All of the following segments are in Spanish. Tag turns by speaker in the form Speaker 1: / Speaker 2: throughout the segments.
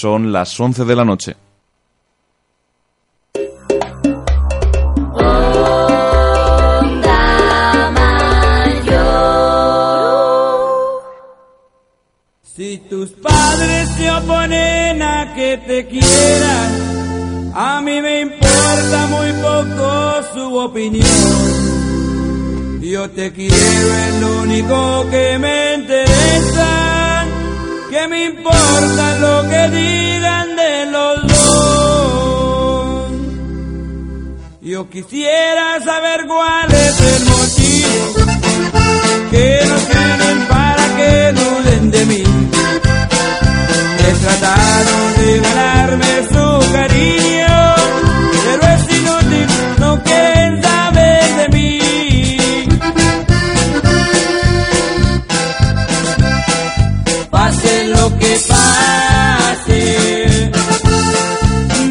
Speaker 1: Son las 11 de la noche.
Speaker 2: Si tus padres se oponen a que te quieran, a mí me importa muy poco su opinión. Yo te quiero, es lo único que me interesa, que me importa lo que digan de los dos. Yo quisiera saber cuál es el motivo que no tienen para que duden de mí. He tratado de ganarme su cariño, pero es inútil, no quieren saber de mí. Pase lo que pase,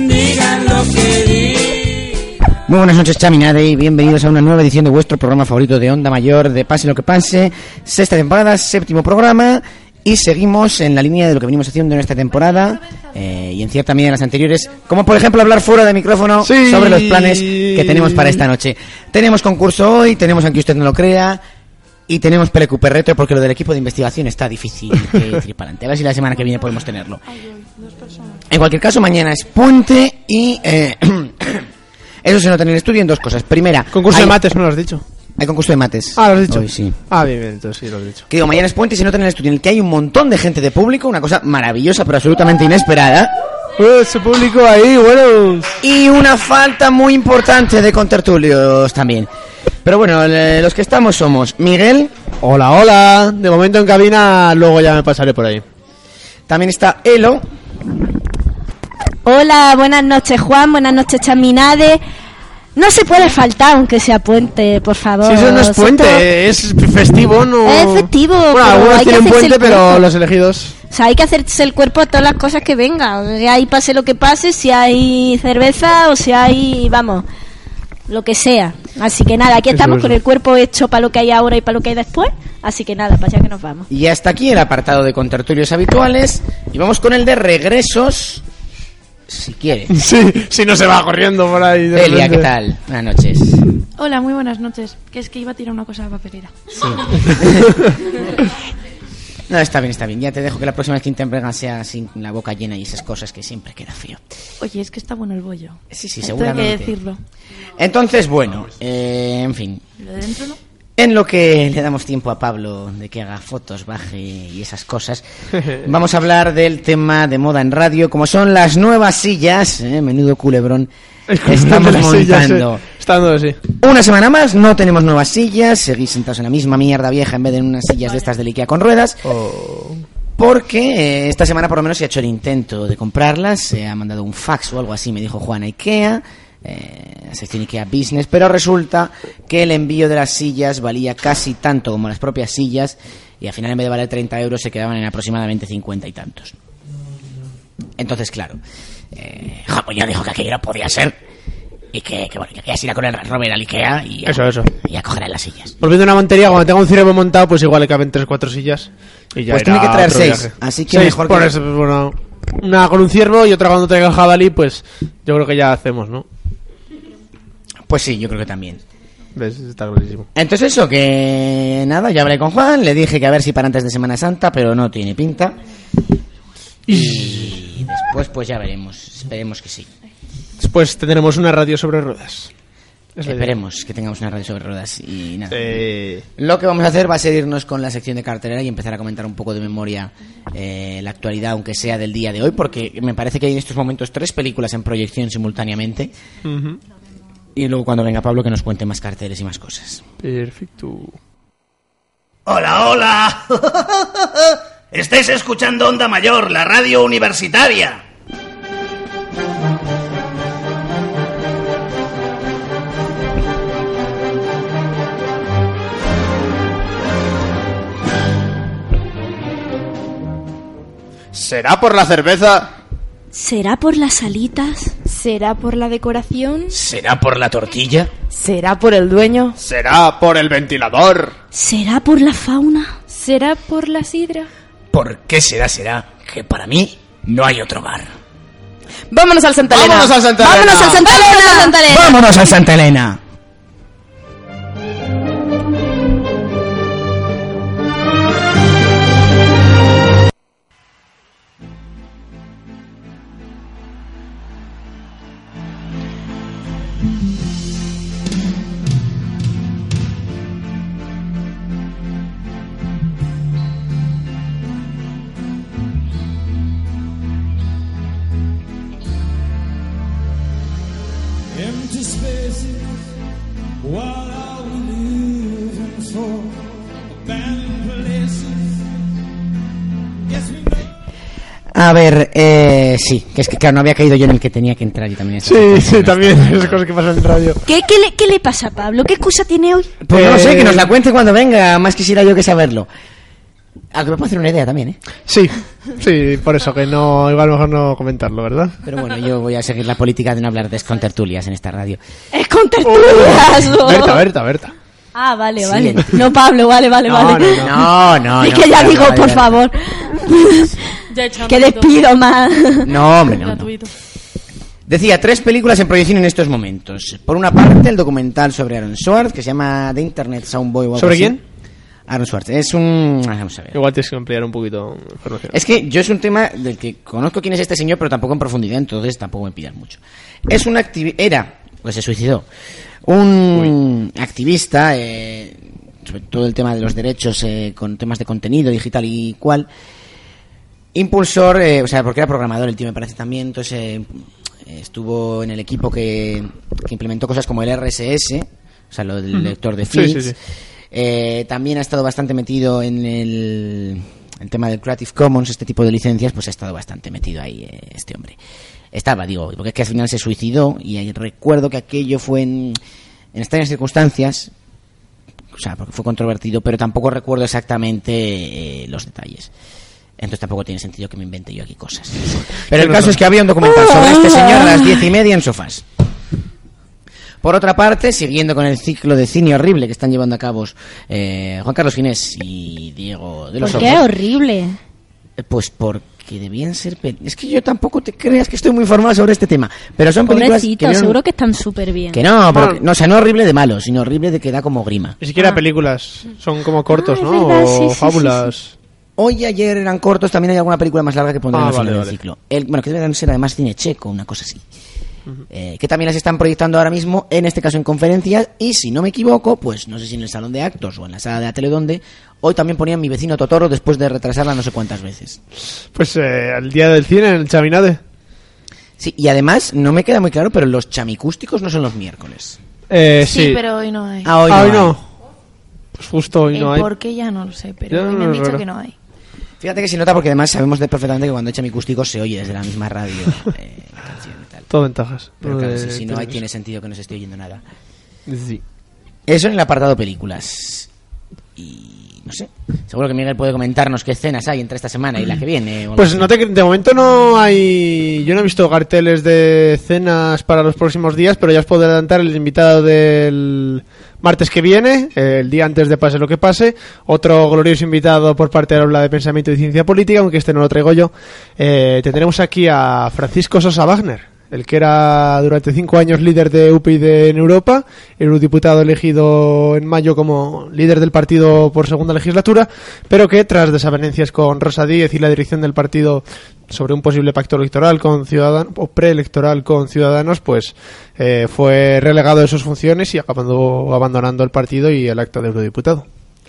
Speaker 2: digan lo que digan.
Speaker 3: Muy buenas noches, Chaminade, y bienvenidos a una nueva edición de vuestro programa favorito de Onda Mayor de Pase lo que pase, sexta temporada, séptimo programa, y seguimos en la línea de lo que venimos haciendo en esta temporada, eh, y en cierta medida en las anteriores, como por ejemplo hablar fuera de micrófono
Speaker 4: Sí.
Speaker 3: sobre los planes que tenemos para esta noche. Tenemos concurso hoy, tenemos aunque usted no lo crea, y tenemos PLQP Retro porque lo del equipo de investigación está difícil de ir para adelante. A ver si la semana que viene podemos tenerlo. En cualquier caso, mañana es puente y... eh, Eso se nota en el estudio en dos cosas. Primera,
Speaker 4: Concurso de
Speaker 3: hay-
Speaker 4: mates, no lo has dicho.
Speaker 3: Hay concurso de mates.
Speaker 4: Ah, lo has dicho.
Speaker 3: Hoy sí.
Speaker 4: Ah, bien, bien, entonces sí, lo has dicho.
Speaker 3: Que digo, mañana es puente y se nota en el estudio en el que hay un montón de gente de público, una cosa maravillosa pero absolutamente inesperada.
Speaker 4: Eh, ese público ahí, bueno.
Speaker 3: Y una falta muy importante de contertulios también. Pero bueno, le- los que estamos somos Miguel,
Speaker 4: Hola, hola. De momento en cabina, luego ya me pasaré por ahí.
Speaker 3: también está Elo,
Speaker 5: Hola, buenas noches Juan, buenas noches Chaminade. No se puede faltar aunque sea puente, por favor.
Speaker 4: Si eso no es
Speaker 5: Esto-
Speaker 4: puente, es festivo, no.
Speaker 5: Es festivo,
Speaker 4: Bueno,
Speaker 5: pero
Speaker 4: algunos
Speaker 5: hay que
Speaker 4: tienen
Speaker 5: hacerse
Speaker 4: puente,
Speaker 5: el
Speaker 4: pero
Speaker 5: cuerpo.
Speaker 4: los elegidos.
Speaker 5: O sea, hay que hacerse el cuerpo a todas las cosas que vengan. Que Ahí pase lo que pase, si hay cerveza o si hay, vamos, lo que sea. Así que nada, aquí
Speaker 4: Eso,
Speaker 5: estamos
Speaker 4: eso.
Speaker 5: con el cuerpo hecho para lo que hay ahora y para lo que hay después. Así que nada, para allá que nos vamos.
Speaker 3: y hasta aquí el apartado de contertulios habituales. Y vamos con el de regresos, si quiere.
Speaker 4: Sí, si no se va corriendo por ahí. de
Speaker 3: Delia,
Speaker 4: repente.
Speaker 3: ¿qué tal? Buenas noches.
Speaker 6: Hola, muy buenas noches. Que es que iba a tirar una cosa a la papelera.
Speaker 3: No, está bien, está bien. Ya te dejo que la próxima vez que intervenga sea sin la boca llena y esas cosas que siempre queda feo.
Speaker 6: Oye, es que está bueno el bollo.
Speaker 3: Sí, sí,
Speaker 6: Tengo que
Speaker 3: seguramente.
Speaker 6: decirlo.
Speaker 3: Entonces, bueno, eh, en fin.
Speaker 6: Lo de dentro no.
Speaker 3: En lo que le damos tiempo a Pablo de que haga fotos, baje y esas cosas, vamos a hablar del tema de moda en radio, como son las nuevas sillas, eh, menudo culebrón, estamos
Speaker 4: De las sillas,
Speaker 3: montando.
Speaker 4: eh. Está dando así.
Speaker 3: Una semana más, no tenemos nuevas sillas, seguís sentados en la misma mierda vieja en vez de en unas sillas de estas de Ikea con ruedas.
Speaker 4: Oh.
Speaker 3: Porque eh, esta semana por lo menos se ha hecho el intento de comprarlas, se ha mandado un fax o algo así, me dijo Juana Ikea, eh, sección Ikea Business, pero resulta que el envío de las sillas valía casi tanto como las propias sillas y al final en vez de valer 30 euros se quedaban en aproximadamente 50 y tantos. Entonces, claro, eh, Jamoño dijo que aquello no podía ser y que, que bueno, que querías ir a con el Robert al Ikea y a-
Speaker 4: Eso, eso.
Speaker 3: y a coger las sillas.
Speaker 4: Volviendo a una montería, cuando tenga un cerebro montado, pues igual le caben 3-4 sillas. Y ya
Speaker 3: Pues
Speaker 4: irá
Speaker 3: tiene que traer
Speaker 4: otro
Speaker 3: seis,
Speaker 4: viaje.
Speaker 3: así que
Speaker 4: Seis,
Speaker 3: mejor
Speaker 4: por
Speaker 3: que-
Speaker 4: eso, pues, bueno, una con un ciervo y otra cuando traiga el jabalí, pues yo creo que ya hacemos, ¿no?
Speaker 3: Pues sí, yo creo que también.
Speaker 4: ¿Ves? Está clarísimo.
Speaker 3: Entonces eso, que nada, ya hablé con Juan, le dije que a ver si para antes de Semana Santa, pero no tiene pinta. Y después pues ya veremos, esperemos que sí.
Speaker 4: Después tendremos una radio sobre ruedas. Es la idea.
Speaker 3: Esperemos que tengamos una radio sobre ruedas y nada.
Speaker 4: Eh,
Speaker 3: Lo que vamos a hacer va a ser irnos con la sección de cartelera y empezar a comentar un poco de memoria eh, la actualidad, aunque sea del día de hoy, porque me parece que hay en estos momentos tres películas en proyección simultáneamente.
Speaker 4: ujú.
Speaker 3: Y luego cuando venga Pablo que nos cuente más carteles y más cosas.
Speaker 4: Perfecto.
Speaker 7: Hola, hola. Estáis escuchando Onda Mayor, la radio universitaria.
Speaker 4: ¿Será por la cerveza?
Speaker 5: ¿Será por las alitas?
Speaker 6: ¿Será por la decoración?
Speaker 3: ¿Será por la tortilla?
Speaker 6: ¿Será por el dueño?
Speaker 4: ¿Será por el ventilador?
Speaker 5: ¿Será por la fauna?
Speaker 6: ¿Será por la sidra?
Speaker 3: ¿Por qué será, será? Que para mí no hay otro bar.
Speaker 8: Vámonos al Santa Elena.
Speaker 3: Vámonos al Santa Elena.
Speaker 8: Vámonos al Santa
Speaker 5: Vámonos
Speaker 8: Elena.
Speaker 5: a Santa Elena.
Speaker 3: ¡Vámonos a Santa Elena!
Speaker 2: Empty spaces, what are we living for? Abandoned places. Yes, we know.
Speaker 3: A ver, eh, sí, que es que claro, no había caído yo en el que tenía que entrar y también.
Speaker 4: Sí, sí, también. Esas cosas que pasan en radio.
Speaker 5: ¿Qué, qué, le, ¿Qué le pasa a Pablo? ¿Qué excusa tiene hoy?
Speaker 3: Pues no lo sé,
Speaker 4: Eh,
Speaker 3: que nos la cuente cuando venga, más quisiera yo que saberlo. Aunque me puedo hacer una idea también, ¿eh?
Speaker 4: Sí, sí, por eso que no, igual mejor no comentarlo, ¿verdad?
Speaker 3: Pero bueno, yo voy a seguir la política de no hablar de escontertulias en esta radio.
Speaker 5: Es con tertulias. ¿no?
Speaker 4: Berta, Berta, Berta.
Speaker 5: Ah, vale,
Speaker 3: Sí.
Speaker 5: vale. No, Pablo, vale, vale,
Speaker 4: No,
Speaker 5: vale.
Speaker 3: No, no,
Speaker 5: es
Speaker 3: no,
Speaker 5: que ya
Speaker 3: no,
Speaker 5: digo,
Speaker 3: no,
Speaker 5: por
Speaker 3: no.
Speaker 5: favor.
Speaker 6: Ya he echado
Speaker 5: que
Speaker 6: un grito
Speaker 5: despido más.
Speaker 3: No, hombre, no, no.
Speaker 6: Gratuito.
Speaker 3: Decía, tres películas en proyección en estos momentos. Por una parte, el documental sobre Aaron Swartz, que se llama The Internet Soundboy. o algo
Speaker 4: ¿Sobre
Speaker 3: así.
Speaker 4: quién?
Speaker 3: Aaron Swartz. Es un... ah, Vamos a ver.
Speaker 4: Igual tienes que ampliar un poquito la información.
Speaker 3: Es que yo es un tema del que conozco quién es este señor, pero tampoco en profundidad, entonces tampoco me pidas mucho. Es un activi- era, pues se suicidó, un activista, eh, sobre todo el tema de los derechos eh, con temas de contenido digital y cual, impulsor, eh, o sea, porque era programador el tío, me parece también, entonces eh, estuvo en el equipo que, que implementó cosas como el RSS, o sea, lo del lector de
Speaker 4: Sí,
Speaker 3: feeds.
Speaker 4: sí, sí.
Speaker 3: Eh, también ha estado bastante metido en el, el tema del Creative Commons, este tipo de licencias, pues ha estado bastante metido ahí eh, este hombre. Estaba, digo, porque es que al final se suicidó y ahí recuerdo que aquello fue en, en extrañas circunstancias, o sea, porque fue controvertido, pero tampoco recuerdo exactamente eh, los detalles. Entonces tampoco tiene sentido que me invente yo aquí cosas. Pero el caso es que había un documental sobre este señor a las diez y media en sofás. Por otra parte, siguiendo con el ciclo de cine horrible que están llevando a cabo eh, Juan Carlos Ginés y Diego de los
Speaker 5: Porque es
Speaker 3: Ojos,
Speaker 5: horrible.
Speaker 3: eh, pues porque debían ser... pe- Es que yo tampoco te creas que estoy muy informado sobre este tema, pero son películas que,
Speaker 5: Pobrecito,
Speaker 3: vieron-
Speaker 5: seguro que están súper bien.
Speaker 3: que no, pero que-
Speaker 4: Ah.
Speaker 3: no, o sea, no horrible de malo, sino horrible de que da como grima.
Speaker 4: Ni siquiera películas, son como cortos,
Speaker 5: Ah, es
Speaker 4: ¿no?
Speaker 5: verdad, sí, sí,
Speaker 4: o
Speaker 5: sí,
Speaker 4: fábulas.
Speaker 3: Hoy y ayer eran cortos, también hay alguna película más larga que pondré
Speaker 4: Ah,
Speaker 3: al final
Speaker 4: vale,
Speaker 3: del
Speaker 4: vale.
Speaker 3: ciclo. El, bueno, que debe ser además cine checo, una cosa así. Eh, que también las están proyectando ahora mismo, en este caso en conferencias, y si no me equivoco, pues no sé si en el salón de actos o en la sala de la teledonde, hoy también ponían mi vecino Totoro después de retrasarla no sé cuántas veces.
Speaker 4: Pues eh, al día del cine, en el Chaminade.
Speaker 3: Sí, y además, no me queda muy claro, pero los chamicústicos no son los miércoles.
Speaker 4: Eh,
Speaker 6: Sí, pero hoy no hay.
Speaker 3: Ah, hoy no.
Speaker 4: Ah, hoy
Speaker 3: hay.
Speaker 4: no. Pues justo hoy
Speaker 6: El
Speaker 4: no hay.
Speaker 6: por qué ya no lo sé, pero
Speaker 4: Ya
Speaker 6: hoy
Speaker 4: no
Speaker 6: me han
Speaker 4: es
Speaker 6: dicho
Speaker 4: raro.
Speaker 6: que no hay.
Speaker 3: Fíjate que se nota porque además sabemos de- perfectamente que cuando hay chamicústicos se oye desde la misma radio eh, la canción y tal.
Speaker 4: Todo ventajas.
Speaker 3: Pero claro, si,
Speaker 4: Eh,
Speaker 3: si no hay, tiene
Speaker 4: tenemos.
Speaker 3: sentido que no se esté oyendo nada.
Speaker 4: Sí.
Speaker 3: Eso en el apartado películas. Y no sé. Seguro que Miguel puede comentarnos qué escenas hay entre esta semana y la que viene. o algo
Speaker 4: Pues
Speaker 3: así.
Speaker 4: no te, cre- de momento no hay. Yo no he visto carteles de cenas para los próximos días, pero ya os puedo adelantar el invitado del martes que viene, eh, el día antes de pase lo que pase. Otro glorioso invitado por parte de la Aula de Pensamiento y Ciencia Política, aunque este no lo traigo yo. Eh, tendremos aquí a Francisco Sosa Wagner, el que era durante cinco años líder de UPyD en Europa, eurodiputado elegido en mayo como líder del partido por segunda legislatura, pero que tras desavenencias con Rosa Díez y la dirección del partido sobre un posible pacto electoral con Ciudadanos o preelectoral con Ciudadanos, pues eh, fue relegado de sus funciones y acabando abandonando el partido y el acta de eurodiputado.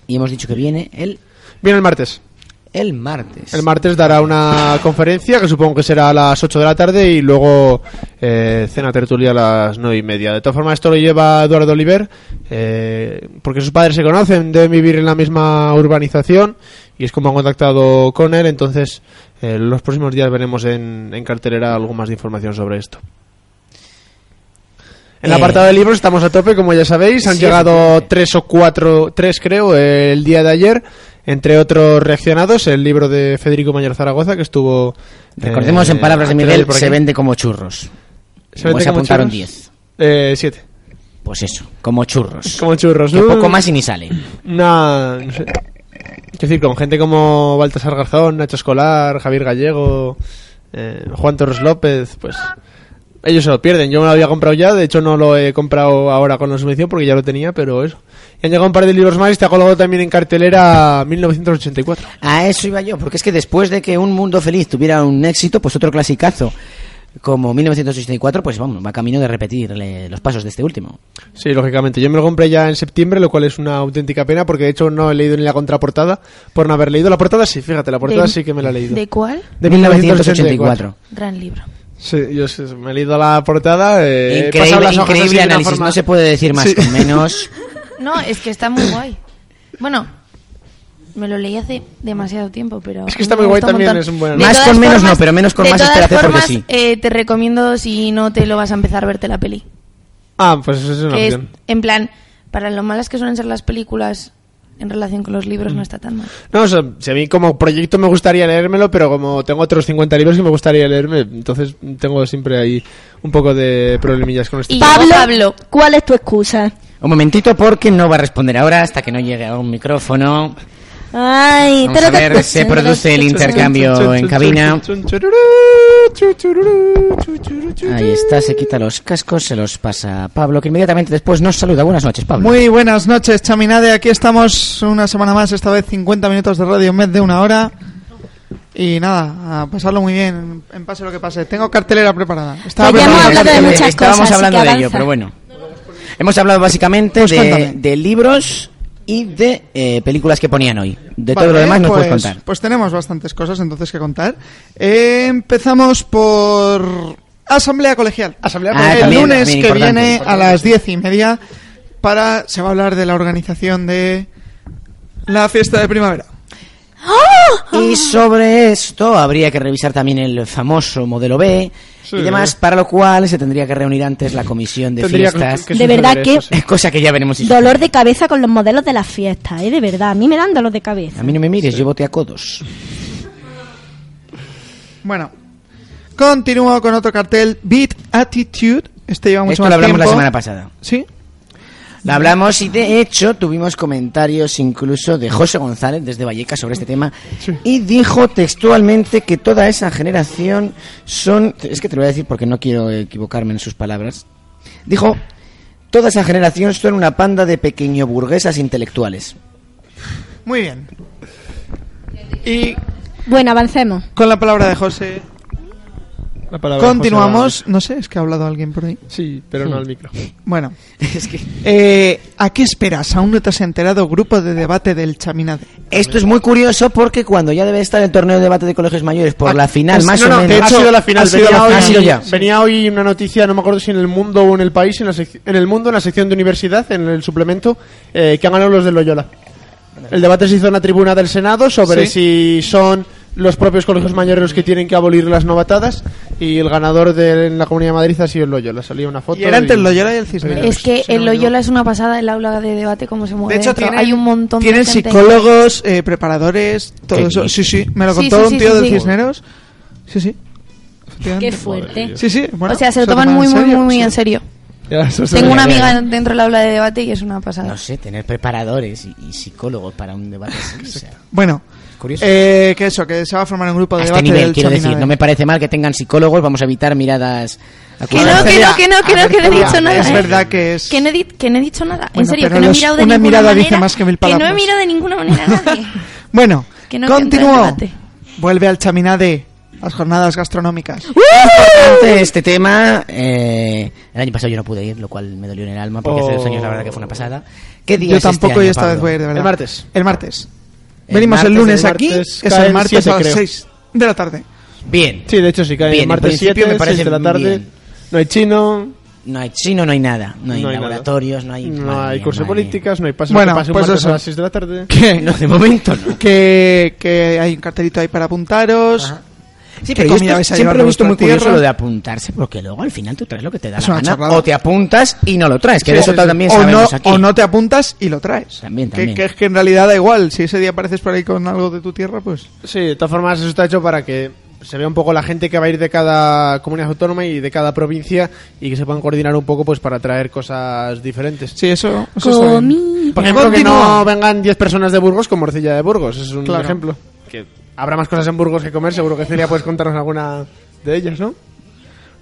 Speaker 3: Y hemos dicho que viene el,
Speaker 4: Viene el martes.
Speaker 3: el martes.
Speaker 4: El martes dará una conferencia que supongo que será a las 8 de la tarde y luego eh, cena tertulia a las 9 y media. De todas formas, esto lo lleva Eduardo Oliver eh, porque sus padres se conocen, deben vivir en la misma urbanización y es como han contactado con él. Entonces, eh, los próximos días veremos en, en cartelera algo más de información sobre esto. En el
Speaker 3: Eh.
Speaker 4: apartado de libros estamos a tope, como ya sabéis. Han
Speaker 3: Sí,
Speaker 4: llegado
Speaker 3: efectivamente.
Speaker 4: tres o cuatro, tres creo, eh, el día de ayer. Entre otros reaccionados, el libro de Federico Mayor Zaragoza, que estuvo...
Speaker 3: Recordemos
Speaker 4: eh,
Speaker 3: en palabras de
Speaker 4: antes
Speaker 3: Miguel,
Speaker 4: ir por
Speaker 3: se
Speaker 4: aquí.
Speaker 3: vende como churros.
Speaker 4: ¿Se
Speaker 3: Pues
Speaker 4: vende
Speaker 3: se
Speaker 4: como
Speaker 3: apuntaron
Speaker 4: churros?
Speaker 3: 10.
Speaker 4: Eh, siete.
Speaker 3: Pues eso, como churros.
Speaker 4: Como churros.
Speaker 3: Que
Speaker 4: ¿no?
Speaker 3: poco más y ni sale.
Speaker 4: Nah, no sé. Quiero decir, con gente como Baltasar Garzón, Nacho Escolar, Javier Gallego, eh, Juan Torres López, pues ellos se lo pierden. Yo me lo había comprado ya, de hecho no lo he comprado ahora con la subvención porque ya lo tenía, pero eso. Y han llegado un par de libros más y está colgado también en cartelera 1984.
Speaker 3: A Ah, eso iba yo, porque es que después de que Un Mundo Feliz tuviera un éxito, pues otro clasicazo como 1984, pues vamos, va camino de repetirle los pasos de este último.
Speaker 4: Sí, lógicamente. Yo me lo compré ya en septiembre, lo cual es una auténtica pena porque de hecho no he leído ni la contraportada por no haber leído. La portada sí, fíjate, la portada
Speaker 6: De-
Speaker 4: sí que me la he leído.
Speaker 6: ¿De cuál?
Speaker 4: De 1984.
Speaker 6: Gran libro.
Speaker 4: Sí, yo sí, me he leído la portada. eh, he pasado
Speaker 3: Increíble,
Speaker 4: las hojas así
Speaker 3: increíble
Speaker 4: de una
Speaker 3: análisis,
Speaker 4: forma-
Speaker 3: no se puede decir más
Speaker 4: Sí.
Speaker 3: con menos.
Speaker 6: No, es que está muy guay. Bueno, me lo leí hace demasiado tiempo, pero...
Speaker 4: Es que está
Speaker 6: a mí
Speaker 4: muy
Speaker 6: me
Speaker 4: guay
Speaker 6: gusta un
Speaker 4: también,
Speaker 6: montón.
Speaker 4: es un buen
Speaker 6: De
Speaker 4: Más
Speaker 6: todas
Speaker 3: con menos no, pero menos con
Speaker 6: de
Speaker 3: más,
Speaker 6: todas
Speaker 3: espérate, porque
Speaker 6: formas,
Speaker 3: sí.
Speaker 6: eh, te recomiendo, si no te lo vas a empezar, verte la peli.
Speaker 4: Ah, pues eso es una
Speaker 6: que es,
Speaker 4: opción.
Speaker 6: en plan, para lo malas que suelen ser las películas en relación con los libros, no está tan mal.
Speaker 4: No, o sea, si a mí como proyecto me gustaría leérmelo, pero como tengo otros 50 libros que me gustaría leerme, entonces tengo siempre ahí un poco de problemillas con este.
Speaker 6: Y-
Speaker 5: Pablo,
Speaker 6: Pablo.
Speaker 5: ¿cuál es tu excusa?
Speaker 3: Un momentito porque no va a responder ahora hasta que no llegue a un micrófono.
Speaker 5: Ay,
Speaker 3: Vamos a ver, se produce el intercambio en cabina. Ahí está, se quita los cascos, se los pasa a Pablo, que inmediatamente después nos saluda. Buenas noches, Pablo.
Speaker 9: Muy buenas noches, Chaminade. Aquí estamos una semana más, esta vez 50 minutos de radio en vez de una hora. Y nada, a pasarlo muy bien, en pase lo que pase. Tengo cartelera preparada. Estaba
Speaker 5: Pues ya hemos
Speaker 9: preparada.
Speaker 5: hablado de muchas
Speaker 3: Estábamos
Speaker 5: cosas, así
Speaker 3: hablando
Speaker 5: que
Speaker 3: de ello,
Speaker 5: avanza.
Speaker 3: pero bueno. Hemos hablado básicamente
Speaker 9: Pues
Speaker 3: de,
Speaker 9: cuéntame.
Speaker 3: de libros y de eh, películas que ponían hoy. De todo lo
Speaker 9: Vale,
Speaker 3: demás nos
Speaker 9: pues,
Speaker 3: puedes contar.
Speaker 9: Pues tenemos bastantes cosas entonces que contar. Eh, empezamos por Asamblea Colegial. Asamblea
Speaker 3: Ah, Colegial. también,
Speaker 9: el lunes
Speaker 3: también
Speaker 9: que
Speaker 3: importante,
Speaker 9: viene
Speaker 3: importante.
Speaker 9: a las diez y media para se va a hablar de la organización de la fiesta de primavera.
Speaker 3: Y sobre esto habría que revisar también el famoso modelo B
Speaker 4: Sí.
Speaker 3: y demás, para lo cual se tendría que reunir antes la comisión de
Speaker 4: Tendría que-
Speaker 3: fiestas.
Speaker 4: que
Speaker 5: De
Speaker 4: suceder
Speaker 5: verdad
Speaker 4: eso,
Speaker 5: que-
Speaker 4: sí.
Speaker 3: Cosa que ya veremos si
Speaker 5: Dolor de cabeza con los modelos de las fiestas, ¿eh? De verdad, a mí me dan dolor de cabeza.
Speaker 3: A mí no me mires, yo voté a codos.
Speaker 9: Bueno, continúo con otro cartel, Beat Attitude. Este lleva mucho
Speaker 3: Esto
Speaker 9: más
Speaker 3: lo hablamos la
Speaker 9: tiempo.
Speaker 3: semana pasada.
Speaker 9: Sí,
Speaker 3: Lo hablamos y de hecho tuvimos comentarios incluso de José González desde Vallecas sobre este tema y dijo textualmente que toda esa generación son, es que te lo voy a decir porque no quiero equivocarme en sus palabras, dijo, toda esa generación son una panda de pequeño burguesas intelectuales.
Speaker 9: muy bien. Y
Speaker 5: Bueno, avancemos.
Speaker 9: con la palabra de José,
Speaker 4: La palabra de José
Speaker 9: continuamos. No sé, es que ha hablado alguien por ahí.
Speaker 4: Ramón. Sí, pero no al micro.
Speaker 9: Bueno,
Speaker 3: Es que
Speaker 9: eh, ¿a qué esperas? Aún no te has enterado, grupo de debate del Chaminade.
Speaker 3: esto es muy curioso porque cuando ya debe estar el torneo de debate de colegios mayores por
Speaker 9: Ah,
Speaker 3: la final
Speaker 4: Es-
Speaker 3: más
Speaker 4: no,
Speaker 3: o
Speaker 4: no,
Speaker 3: menos.
Speaker 4: de hecho, ha sido la final.
Speaker 3: ha sido,
Speaker 4: venía,
Speaker 3: la
Speaker 4: hoy,
Speaker 3: final. Ha sido ya.
Speaker 4: venía hoy una noticia, no me acuerdo si en el mundo o en el país, en, la sec- en el mundo, en la sección de universidad, en el suplemento, eh, que han ganado los de Loyola. El debate se hizo en la tribuna del Senado sobre si son los propios colegios mayores los que tienen que abolir las novatadas y el ganador de en la Comunidad de Madrid ha sido el Loyola. Salía una foto.
Speaker 9: Y era entre el Loyola y el Cisneros.
Speaker 6: Es que
Speaker 9: si no
Speaker 6: el
Speaker 9: me equivoco.
Speaker 6: Loyola es una pasada el aula de debate como se mueve.
Speaker 9: De hecho,
Speaker 6: dentro.
Speaker 9: tienen,
Speaker 6: hay un montón
Speaker 9: tienen
Speaker 6: de gente.
Speaker 9: psicólogos, eh, preparadores, todo
Speaker 3: ¿Qué
Speaker 9: eso.
Speaker 3: dices?
Speaker 9: Sí, sí, me lo
Speaker 6: Sí,
Speaker 9: contó
Speaker 6: sí,
Speaker 9: un
Speaker 6: sí,
Speaker 9: tío
Speaker 6: sí,
Speaker 9: del
Speaker 6: sí.
Speaker 9: Cisneros. Sí, sí.
Speaker 5: Qué
Speaker 9: Efectivamente.
Speaker 5: fuerte.
Speaker 9: Sí, sí, bueno,
Speaker 6: o sea, se lo
Speaker 9: toman
Speaker 6: toman muy, muy,
Speaker 9: serio,
Speaker 6: muy, muy
Speaker 9: sí.
Speaker 6: en serio.
Speaker 4: Ya, eso se
Speaker 6: Tengo una
Speaker 4: veía.
Speaker 6: amiga dentro del aula de debate y es una pasada.
Speaker 3: No sé, tener preparadores y, y psicólogos para un debate así, o sea,
Speaker 9: Bueno,
Speaker 3: curioso.
Speaker 9: eh, que eso, que se va a formar un grupo
Speaker 3: a
Speaker 9: de
Speaker 3: este
Speaker 9: debate
Speaker 3: nivel,
Speaker 9: del
Speaker 3: quiero
Speaker 9: Chaminade.
Speaker 3: decir. No me parece mal que tengan psicólogos, vamos a evitar miradas
Speaker 6: Que no, que no, que no, que no, que no he dicho nada.
Speaker 9: Ah, Es
Speaker 6: ¿eh?
Speaker 9: verdad que es...
Speaker 6: Que no he, di- que no he dicho nada. en
Speaker 9: Bueno,
Speaker 6: serio,
Speaker 9: pero
Speaker 6: que no he
Speaker 9: los-
Speaker 6: mirado de
Speaker 9: Pues una
Speaker 6: ninguna
Speaker 9: mirada
Speaker 6: manera.
Speaker 9: dice más que mil
Speaker 6: Que no
Speaker 9: palabras.
Speaker 6: he mirado de ninguna manera a nadie.
Speaker 9: Bueno,
Speaker 6: Que no
Speaker 9: continúo.
Speaker 6: entra en debate.
Speaker 9: Vuelve al Chaminade, las jornadas gastronómicas.
Speaker 6: ¡Uh!
Speaker 3: importante este tema. eh, el año pasado yo no pude ir, lo cual me dolió en el alma, porque hace dos
Speaker 4: Oh.
Speaker 3: años la verdad que fue una pasada. ¿Qué día
Speaker 9: Yo
Speaker 3: es este
Speaker 9: tampoco
Speaker 3: año,
Speaker 9: y esta
Speaker 3: Pablo?
Speaker 9: vez voy a ir, de verdad.
Speaker 4: El martes.
Speaker 9: El martes.
Speaker 3: El
Speaker 9: Venimos el
Speaker 3: martes,
Speaker 9: lunes
Speaker 4: el
Speaker 9: aquí,
Speaker 4: martes
Speaker 9: es
Speaker 4: cae el
Speaker 9: el martes
Speaker 4: siete,
Speaker 9: a las
Speaker 4: creo.
Speaker 9: 6 de la tarde.
Speaker 3: Bien.
Speaker 4: Sí, de hecho, sí, cae
Speaker 3: Bien,
Speaker 4: el
Speaker 3: en
Speaker 4: martes
Speaker 3: principio
Speaker 4: 7,
Speaker 3: me parece
Speaker 4: 6 de la tarde.
Speaker 3: bien.
Speaker 4: No hay chino,
Speaker 3: No hay chino, no hay nada. No hay
Speaker 4: no hay, nada.
Speaker 3: laboratorios, no hay.
Speaker 4: No
Speaker 3: madre
Speaker 4: hay
Speaker 3: mía,
Speaker 4: curso de
Speaker 3: madre mía.
Speaker 4: políticas, no hay paso
Speaker 9: Bueno,
Speaker 4: que pase un
Speaker 9: pues
Speaker 4: martes
Speaker 9: eso.
Speaker 4: a las 6 de la tarde.
Speaker 9: Que,
Speaker 3: No, de momento no.
Speaker 9: que, que hay un cartelito ahí para apuntaros.
Speaker 3: Sí,
Speaker 9: ¿Qué
Speaker 3: pero yo
Speaker 9: comida
Speaker 3: esto
Speaker 9: vais a
Speaker 3: siempre
Speaker 9: llevar
Speaker 3: lo he
Speaker 9: de
Speaker 3: visto muy
Speaker 9: vuestra
Speaker 3: curioso
Speaker 9: tierra?
Speaker 3: lo de apuntarse, porque luego al final tú traes lo que te da
Speaker 9: Es
Speaker 3: la
Speaker 9: una
Speaker 3: gana,
Speaker 9: chorrada.
Speaker 3: o te apuntas y no lo traes, que de eso también
Speaker 9: o, no,
Speaker 3: sabemos aquí.
Speaker 9: o no te apuntas y lo traes.
Speaker 3: También,
Speaker 9: Que-
Speaker 3: también.
Speaker 9: Que, es que en realidad da igual. Si ese día apareces por ahí con algo de tu tierra, pues.
Speaker 4: Sí, de todas formas eso está hecho para que se vea un poco la gente que va a ir de cada comunidad autónoma y de cada provincia y que se puedan coordinar un poco pues para traer cosas diferentes.
Speaker 9: Sí, eso. eso está bien.
Speaker 5: Comí.
Speaker 4: Por ejemplo, que
Speaker 9: Continúa.
Speaker 4: no vengan 10 personas de Burgos con morcilla de Burgos, es un
Speaker 9: Claro.
Speaker 4: ejemplo. Que Habrá más cosas en Burgos que comer, seguro que Celia puedes contarnos alguna de ellas, ¿no?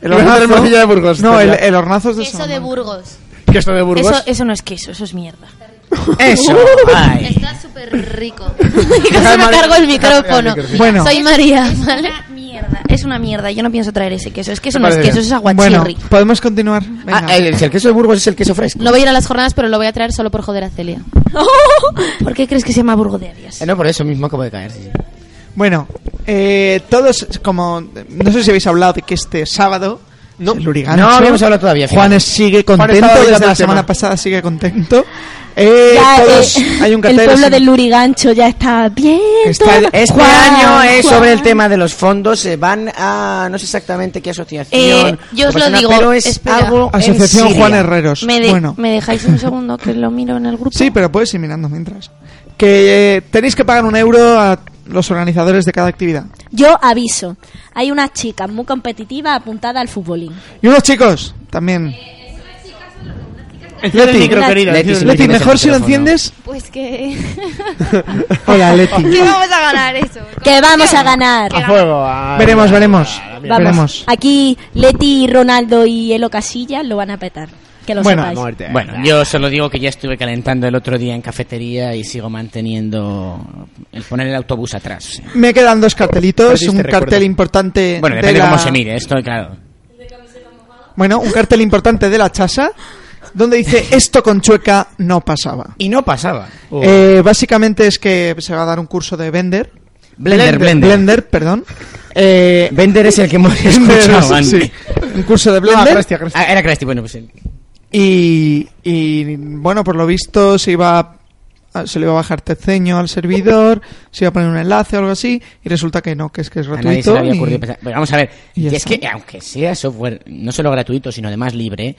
Speaker 4: El
Speaker 9: Ibas a
Speaker 4: hornazo
Speaker 9: hacer
Speaker 4: de morcilla de Burgos.
Speaker 9: No, el,
Speaker 4: Celia.
Speaker 9: el hornazo es de
Speaker 10: Queso de
Speaker 9: Salamanca.
Speaker 10: Burgos.
Speaker 4: queso de Burgos.
Speaker 6: Eso, eso no es queso, eso es mierda.
Speaker 3: Eso. Ay.
Speaker 10: Está súper rico.
Speaker 6: Yo se me
Speaker 4: María,
Speaker 6: cargo el
Speaker 4: déjame
Speaker 6: micrófono.
Speaker 4: el micrófono.
Speaker 9: Bueno.
Speaker 6: Soy
Speaker 10: Es-
Speaker 6: María,
Speaker 10: es
Speaker 6: ¿vale?
Speaker 10: una
Speaker 6: mierda. Es una mierda, yo no pienso traer ese queso. Es que eso
Speaker 4: Me
Speaker 6: no es
Speaker 4: parece
Speaker 6: queso,
Speaker 4: bien.
Speaker 6: eso es aguachirri.
Speaker 9: Bueno, podemos continuar. Venga.
Speaker 3: Ah, el, el queso de Burgos es el queso fresco.
Speaker 10: No voy a ir a las jornadas, pero lo voy a traer solo por joder a Celia.
Speaker 6: ¿Por qué crees que se llama Burgo de Arias?
Speaker 3: Eh, no, por eso mismo acabo de caer. sí, sí.
Speaker 9: Bueno, eh, todos, como. No sé si habéis hablado de que este sábado. No, el Urigancho,
Speaker 3: No habíamos hablado todavía, fíjate.
Speaker 9: Juanes sigue contento,
Speaker 4: estaba hablando
Speaker 9: desde la
Speaker 4: del tema.
Speaker 9: semana pasada sigue contento. Eh,
Speaker 5: Ya,
Speaker 9: todos,
Speaker 5: eh,
Speaker 9: hay un cartel.
Speaker 5: el pueblo
Speaker 9: así-
Speaker 5: del Lurigancho ya está bien.
Speaker 9: Está-
Speaker 5: todo.
Speaker 3: Este
Speaker 5: Juan,
Speaker 3: año es
Speaker 5: Juan.
Speaker 3: sobre el tema de los fondos. Se van a no sé exactamente qué asociación.
Speaker 6: Eh, yo
Speaker 3: o
Speaker 6: os lo
Speaker 3: persona,
Speaker 6: digo,
Speaker 3: Pues Pero es
Speaker 6: espera.
Speaker 3: algo en
Speaker 9: Asociación
Speaker 3: Siria.
Speaker 9: Juan Herreros.
Speaker 6: ¿Me, de-
Speaker 9: bueno,
Speaker 6: ¿Me dejáis un segundo que lo miro en el grupo?
Speaker 9: sí, pero puedes ir mirando mientras. Que eh, tenéis que pagar un euro a los organizadores de cada actividad.
Speaker 5: Yo aviso, hay unas chicas muy competitivas apuntadas al futbolín.
Speaker 9: Y unos chicos también.
Speaker 4: Enciende el micro,
Speaker 5: Leti,
Speaker 4: querida. enciende
Speaker 3: Leti,
Speaker 4: el
Speaker 3: Leti,
Speaker 9: Leti,
Speaker 4: micro.
Speaker 3: tienes el
Speaker 9: mejor si lo
Speaker 3: micrófono.
Speaker 9: enciendes.
Speaker 10: Pues que...
Speaker 9: Hola, Leti.
Speaker 10: ¿Qué vamos a ganar eso?
Speaker 5: Que vamos a ganar.
Speaker 4: A fuego. a-
Speaker 9: Veremos, veremos.
Speaker 5: Vamos.
Speaker 9: Veremos.
Speaker 5: Aquí Leti, Ronaldo y Elo Casillas lo van a petar. Que lo
Speaker 9: Bueno,
Speaker 5: sepáis.
Speaker 4: a muerte.
Speaker 3: Bueno, yo solo digo que ya estuve calentando el otro día en cafetería y sigo manteniendo el poner el autobús atrás.
Speaker 9: Me quedan dos cartelitos,
Speaker 4: Perdiste
Speaker 9: un
Speaker 4: recuerdo.
Speaker 9: cartel importante
Speaker 3: Bueno,
Speaker 9: de
Speaker 3: depende
Speaker 9: la-
Speaker 3: cómo se mire, esto claro.
Speaker 9: Bueno, un cartel importante de la chasa donde dice esto con Chueca no pasaba.
Speaker 3: Y no pasaba.
Speaker 4: Uh.
Speaker 9: Eh, básicamente es que se va a dar un curso de Blender.
Speaker 3: Blender, Blender.
Speaker 9: Blender, perdón. Eh,
Speaker 3: Vender es el que hemos escuchado
Speaker 9: Blender,
Speaker 3: antes.
Speaker 9: sí. Un curso de
Speaker 4: Ah,
Speaker 9: Blender.
Speaker 4: Crestia, Crestia.
Speaker 3: Ah, era Cresti, bueno, pues. eh,
Speaker 9: Y, y, bueno, por lo visto se iba a- se le iba a bajar terceño al servidor, se iba a poner un enlace o algo así, y resulta que no, que es que es
Speaker 3: A nadie se
Speaker 9: gratuito.
Speaker 3: le había
Speaker 9: y-
Speaker 3: ocurrido pensar. Pero vamos a ver,
Speaker 9: y
Speaker 3: y
Speaker 9: ya
Speaker 3: es que
Speaker 9: está.
Speaker 3: aunque sea software no solo gratuito, sino además libre,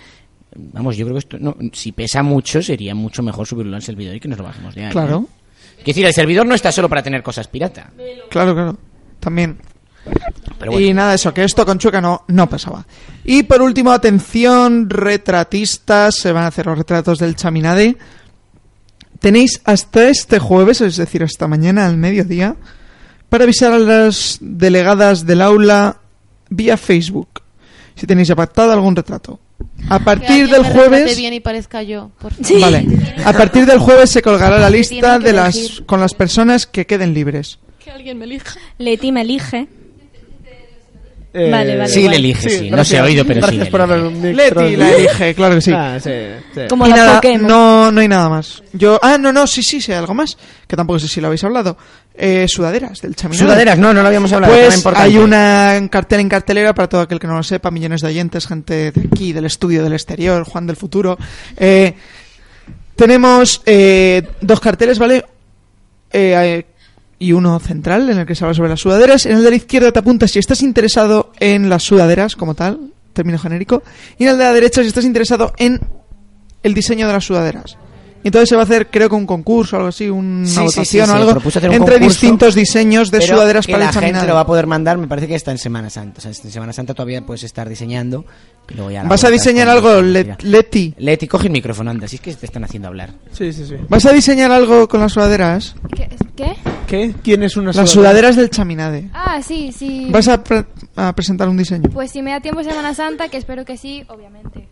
Speaker 3: vamos, yo creo que esto, no, si pesa mucho, sería mucho mejor subirlo al servidor y que nos lo bajemos de ahí.
Speaker 9: Claro,
Speaker 3: ¿eh? Quiero decir, el servidor no está solo para tener cosas pirata.
Speaker 9: claro, claro. También.
Speaker 3: Pero bueno,
Speaker 9: Y nada, eso, que esto con Chueca no, no pasaba. Y por último, atención, retratistas, se van a hacer los retratos del Chaminade. Tenéis hasta este jueves, es decir, hasta mañana al mediodía, para avisar a las delegadas del aula vía Facebook si tenéis apartado algún retrato. A partir del jueves.
Speaker 10: bien y parezca yo. por favor.
Speaker 9: Vale. A partir del jueves se colgará la lista
Speaker 6: tienen que
Speaker 9: de las
Speaker 6: elegir.
Speaker 9: con las personas que queden libres.
Speaker 10: Que alguien me elija.
Speaker 5: Leti me elige.
Speaker 4: Eh,
Speaker 5: Vale, vale,
Speaker 3: Sí, le vale. elige, sí. No se ha oído, pero sí
Speaker 4: gracias
Speaker 3: le
Speaker 4: por
Speaker 3: elige.
Speaker 4: haberme micro-
Speaker 9: Leti la elige, claro que sí.
Speaker 4: Ah, sí, sí.
Speaker 5: Como
Speaker 9: Y
Speaker 5: los
Speaker 9: nada,
Speaker 5: Pokémon.
Speaker 9: no, no hay nada más. Yo, ah, no, no, sí, sí, sí, hay algo más. Que tampoco sé si lo habéis hablado. Eh, sudaderas del chaminado.
Speaker 3: sudaderas, no, no lo habíamos hablado. tema
Speaker 9: Pues
Speaker 3: importante.
Speaker 9: hay una en cartel en cartelera para todo aquel que no lo sepa, millones de oyentes, gente de aquí, del estudio, del exterior, Juan del futuro. Eh, tenemos eh, dos carteles, ¿vale? Eh, eh, y uno central en el que se habla sobre las sudaderas. En el de la izquierda te apuntas si estás interesado en las sudaderas como tal, término genérico. Y en el de la derecha si estás interesado en el diseño de las sudaderas. Y Entonces se va a hacer, creo que un concurso, algo así, una
Speaker 3: Sí, sí, sí,
Speaker 9: votación
Speaker 3: se
Speaker 9: o algo,
Speaker 3: propuso hacer un
Speaker 9: entre
Speaker 3: concurso,
Speaker 9: distintos diseños de
Speaker 3: pero
Speaker 9: sudaderas
Speaker 3: que
Speaker 9: para
Speaker 3: la
Speaker 9: el
Speaker 3: gente
Speaker 9: chaminado.
Speaker 3: lo va a poder mandar, me parece que está en Semana Santa. O sea, en Semana Santa todavía puedes estar diseñando. y luego ya la
Speaker 9: ¿Vas a
Speaker 3: vuelta,
Speaker 9: diseñar
Speaker 3: cuando
Speaker 9: algo,
Speaker 3: se
Speaker 9: Le-
Speaker 3: tira.
Speaker 9: Leti?
Speaker 3: Leti, coge el micrófono, anda, si es que te están haciendo hablar.
Speaker 4: Sí, sí, sí.
Speaker 9: ¿Vas a diseñar algo con las sudaderas?
Speaker 10: ¿Qué? ¿Qué?
Speaker 4: ¿Qué? ¿Quién es una
Speaker 9: Las sudaderas del chaminade.
Speaker 10: Ah, sí, sí.
Speaker 9: ¿Vas a, pre- a presentar un diseño?
Speaker 10: Pues si me da tiempo Semana Santa, que espero que sí, obviamente.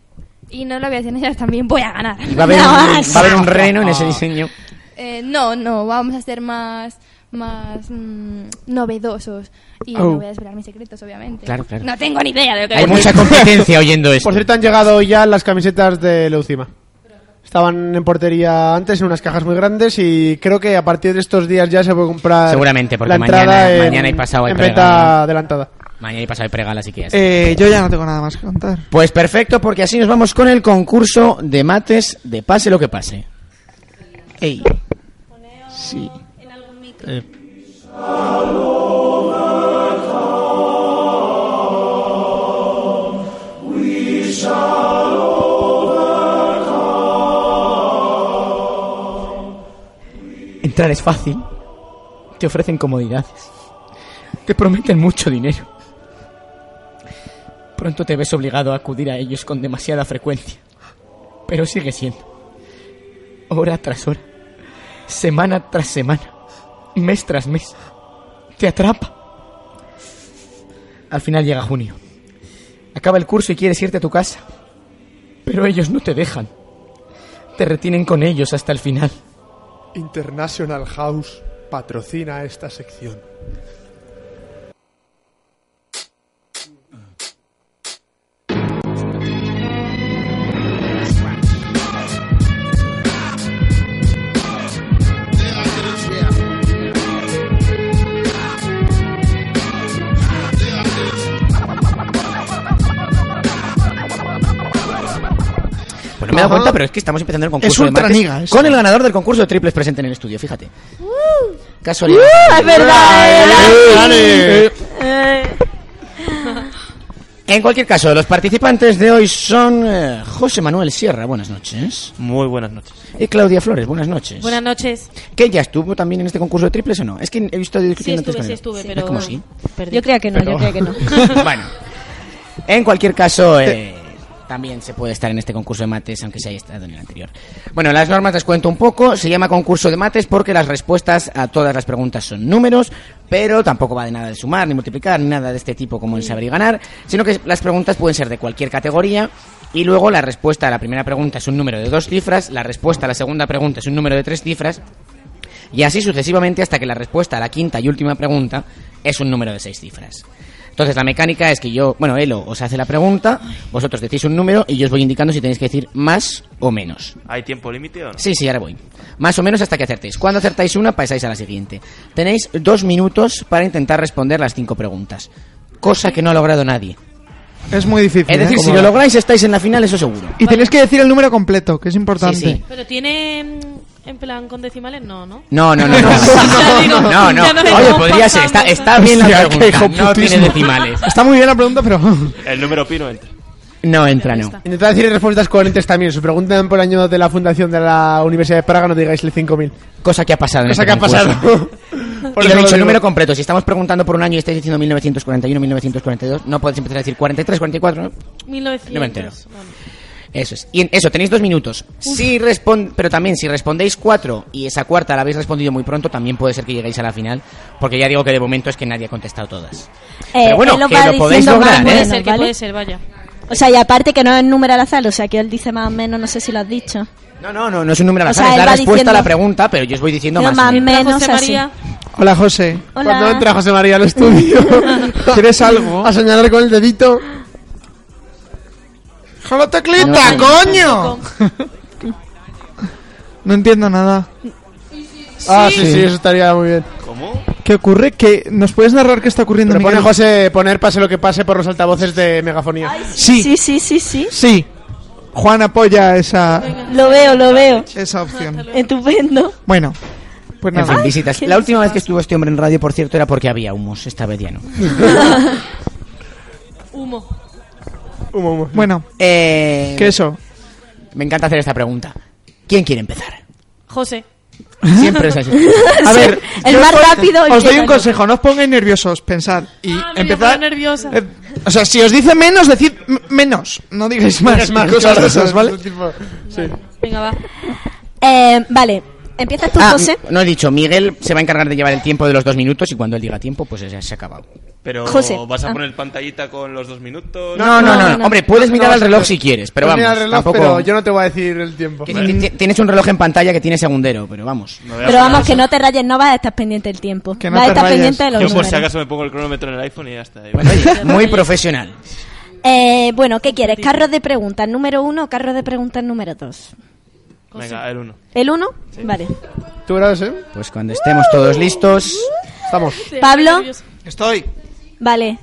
Speaker 10: Y no lo voy a hacer ellas también, voy a ganar.
Speaker 3: Y va a haber, un, va a haber un reno en
Speaker 9: Oh.
Speaker 3: ese diseño.
Speaker 10: Eh, no, no, vamos a ser más más mm, novedosos y
Speaker 9: Oh.
Speaker 10: no voy a desvelar mis secretos obviamente
Speaker 3: Claro, claro.
Speaker 10: no tengo ni idea de lo que
Speaker 3: Hay
Speaker 10: voy a
Speaker 3: mucha
Speaker 10: hacer.
Speaker 3: competencia oyendo esto.
Speaker 4: Por cierto, han llegado ya las camisetas de Leucima. Estaban en portería antes en unas cajas muy grandes y creo que a partir de estos días ya se puede comprar
Speaker 3: Seguramente, porque
Speaker 4: la
Speaker 3: mañana-
Speaker 4: entrada en-
Speaker 3: mañana y pasado hay
Speaker 4: en venta
Speaker 3: preregalo.
Speaker 4: adelantada.
Speaker 3: Mañana y pasado el pregal, así que ya está.
Speaker 9: Eh, yo ya no tengo nada más que contar.
Speaker 3: Pues perfecto, porque así nos vamos con el concurso de mates de pase lo que pase.
Speaker 9: Ey. Sí.
Speaker 3: Eh, Entrar es fácil. Te ofrecen comodidades. Te prometen mucho dinero. Pronto te ves obligado a acudir a ellos con demasiada frecuencia. Pero sigue siendo. Hora tras hora. Semana tras semana. Mes tras mes.
Speaker 11: Te atrapa. Al final llega junio. Acaba el curso y quieres irte a tu casa. Pero ellos no te dejan. Te retienen con ellos hasta el final.
Speaker 4: International House patrocina esta sección.
Speaker 3: Pues no me he dado cuenta, pero es que estamos empezando el concurso
Speaker 9: Es un
Speaker 3: de martes
Speaker 9: traniga, es-
Speaker 3: con el ganador del concurso de triples presente en el estudio, fíjate. Casualidad.
Speaker 5: ¡Uh! Es verdad,
Speaker 3: ¡Eh,
Speaker 5: eh,
Speaker 3: En cualquier caso, los participantes de hoy son eh, José Manuel Sierra, buenas noches.
Speaker 12: Muy buenas noches.
Speaker 3: Y Claudia Flores, buenas noches.
Speaker 13: Buenas noches.
Speaker 3: ¿Que ella estuvo también en este concurso de triples o no? Es que he visto
Speaker 13: Sí
Speaker 3: discutiendo
Speaker 13: estuve,
Speaker 3: antes
Speaker 13: sí
Speaker 3: con
Speaker 13: estuve,
Speaker 3: ella.
Speaker 13: pero...
Speaker 3: Es como sí.
Speaker 13: Yo creía que no, yo creía que no.
Speaker 3: bueno, en cualquier caso, eh, también se puede estar en este concurso de mates, aunque se haya estado en el anterior. Bueno, las normas las cuento un poco. Se llama concurso de mates porque las respuestas a todas las preguntas son números, pero tampoco va de nada de sumar, ni multiplicar, ni nada de este tipo como en saber y ganar, sino que las preguntas pueden ser de cualquier categoría. Y luego la respuesta a la primera pregunta es un número de dos cifras, la respuesta a la segunda pregunta es un número de tres cifras, y así sucesivamente hasta que la respuesta a la quinta y última pregunta es un número de seis cifras. Entonces la mecánica es que yo, bueno, Elo os hace la pregunta, vosotros decís un número y yo os voy indicando si tenéis que decir más o menos.
Speaker 12: ¿Hay tiempo límite o no?
Speaker 3: Sí, sí, ahora voy. Más o menos hasta que acertéis. Cuando acertáis una, pasáis a la siguiente. Tenéis dos minutos para intentar responder las cinco preguntas. Cosa que no ha logrado nadie.
Speaker 9: Es muy difícil.
Speaker 3: Es decir,
Speaker 9: ¿eh?
Speaker 3: si lo lográis estáis en la final, eso seguro.
Speaker 9: Y tenéis que decir el número completo, que es importante.
Speaker 3: Sí, sí.
Speaker 13: Pero tiene... mm, En plan, con decimales, no, ¿no?
Speaker 3: No, no, no, no.
Speaker 13: Ya digo,
Speaker 3: No, no.
Speaker 13: ya nos
Speaker 3: Oye,
Speaker 13: estamos
Speaker 3: podría ser. Está,
Speaker 13: pasando.
Speaker 3: está bien la
Speaker 9: Hostia, qué
Speaker 3: pregunta. No
Speaker 9: hijoputismo.
Speaker 3: tiene decimales.
Speaker 9: Está muy bien la pregunta, pero.
Speaker 12: El número pino entra.
Speaker 3: No entra, no.
Speaker 4: Intentad decir respuestas coherentes también. Si os preguntan por el año de la fundación de la Universidad de Praga, no digáis el 5000.
Speaker 3: Cosa que ha pasado. en
Speaker 4: Cosa
Speaker 3: este
Speaker 4: que ha
Speaker 3: concurso.
Speaker 4: pasado. Por
Speaker 3: y
Speaker 4: eso lo
Speaker 3: lo he dicho,
Speaker 4: digo.
Speaker 3: el número completo. Si estamos preguntando por un año y estáis diciendo 1941, 1942, no podéis empezar a decir 43, 44. ¿no?
Speaker 13: 1900.
Speaker 3: No me entero. Eso es. Y en eso, tenéis dos minutos. Si respon- pero también si respondéis cuatro y esa cuarta la habéis respondido muy pronto, también puede ser que lleguéis a la final. Porque ya digo que de momento es que nadie ha contestado todas. pero bueno,
Speaker 5: Eh, él lo
Speaker 3: que
Speaker 5: va
Speaker 3: lo podéis
Speaker 5: diciendo
Speaker 3: lograr,
Speaker 5: más o
Speaker 3: ¿eh?
Speaker 13: Puede ser, que
Speaker 5: ¿vale?
Speaker 13: puede ser, vaya.
Speaker 5: O sea, y aparte que no es número al azar, o sea, que él dice más o menos, no sé si lo has dicho.
Speaker 3: No, no, no, no es un número al
Speaker 5: O
Speaker 3: azar,
Speaker 5: sea,
Speaker 3: es
Speaker 5: él
Speaker 3: la
Speaker 5: va
Speaker 3: respuesta a la
Speaker 5: diciendo-
Speaker 3: pregunta, pero yo os voy diciendo
Speaker 5: No,
Speaker 3: más.
Speaker 5: más
Speaker 3: o menos.
Speaker 5: menos
Speaker 13: José
Speaker 5: así.
Speaker 13: María.
Speaker 4: Hola, José.
Speaker 5: Hola.
Speaker 4: Cuando entra José María al estudio, ¿quieres algo? A señalar con el dedito.
Speaker 9: ¡Jalo teclita, coño! No entiendo nada.
Speaker 4: Ah, sí, sí, eso estaría muy bien.
Speaker 12: ¿Cómo?
Speaker 9: ¿Qué ocurre? ¿Qué... ¿Nos puedes narrar qué está ocurriendo,
Speaker 4: Pero pone
Speaker 9: Miguel?
Speaker 4: José poner pase lo que pase por los altavoces de megafonía.
Speaker 9: Sí.
Speaker 5: Sí, sí, sí, sí.
Speaker 9: Sí. Juan apoya esa,
Speaker 5: Lo veo, lo veo.
Speaker 9: esa
Speaker 13: Ah,
Speaker 9: opción.
Speaker 5: Estupendo.
Speaker 9: Bueno, pues
Speaker 3: En
Speaker 9: nada.
Speaker 3: fin, visitas. La última vez que estuvo este hombre en radio, por cierto, era porque había humus. Esta vez ya no.
Speaker 13: Humo.
Speaker 9: Bueno,
Speaker 3: Eh,
Speaker 9: que eso.
Speaker 3: Me encanta hacer esta pregunta. ¿Quién quiere empezar?
Speaker 13: José.
Speaker 3: Siempre es así.
Speaker 9: A ver,
Speaker 5: El
Speaker 9: yo
Speaker 5: más
Speaker 9: os doy-
Speaker 5: rápido
Speaker 9: Os doy
Speaker 5: empieza
Speaker 9: un
Speaker 5: yo.
Speaker 9: consejo, no os pongáis nerviosos, pensad. Y
Speaker 13: Ah, me voy a poner
Speaker 9: empezad.
Speaker 13: nerviosa.
Speaker 9: eh, o sea, si os dice menos, decid m- menos. No digáis más,
Speaker 4: más,
Speaker 9: cosas
Speaker 4: claro,
Speaker 9: de esas, ¿vale?
Speaker 4: Tipo, sí.
Speaker 13: Venga, va.
Speaker 5: Eh, vale, empiezas tú,
Speaker 3: Ah,
Speaker 5: José.
Speaker 3: no he dicho, Miguel se va a encargar de llevar el tiempo de los dos minutos y cuando él diga tiempo, pues ya se ha acabado.
Speaker 12: Pero
Speaker 5: José.
Speaker 12: vas a
Speaker 5: Ah.
Speaker 12: poner pantallita con los dos minutos.
Speaker 3: No, no, no.
Speaker 5: no, no.
Speaker 3: Hombre, puedes mirar
Speaker 4: No,
Speaker 3: al reloj si quieres, pero
Speaker 4: Pues mira
Speaker 3: vamos.
Speaker 4: el reloj,
Speaker 3: tampoco...
Speaker 4: pero yo no te voy a decir el tiempo.
Speaker 3: Que ti- ti- Tienes un reloj en pantalla que tiene segundero, pero vamos.
Speaker 12: Me voy a
Speaker 5: Pero
Speaker 12: poner-
Speaker 5: vamos, que no te rayes, no vas a estar pendiente del tiempo.
Speaker 9: Que no
Speaker 5: vas a
Speaker 9: te
Speaker 5: estar
Speaker 9: rayes.
Speaker 5: pendiente de los
Speaker 12: Yo por si
Speaker 5: números.
Speaker 12: acaso me pongo el cronómetro en el iPhone y ya está.
Speaker 3: Bueno, oye, muy profesional.
Speaker 5: Eh, bueno, ¿qué quieres? ¿Carros de preguntas número uno o carros de preguntas número dos?
Speaker 12: Venga, el uno.
Speaker 5: ¿El uno? Vale.
Speaker 4: ¿Tú eras, eh?
Speaker 3: Pues cuando estemos todos listos.
Speaker 4: Estamos.
Speaker 5: ¿Pablo?
Speaker 9: Estoy.
Speaker 5: Vale.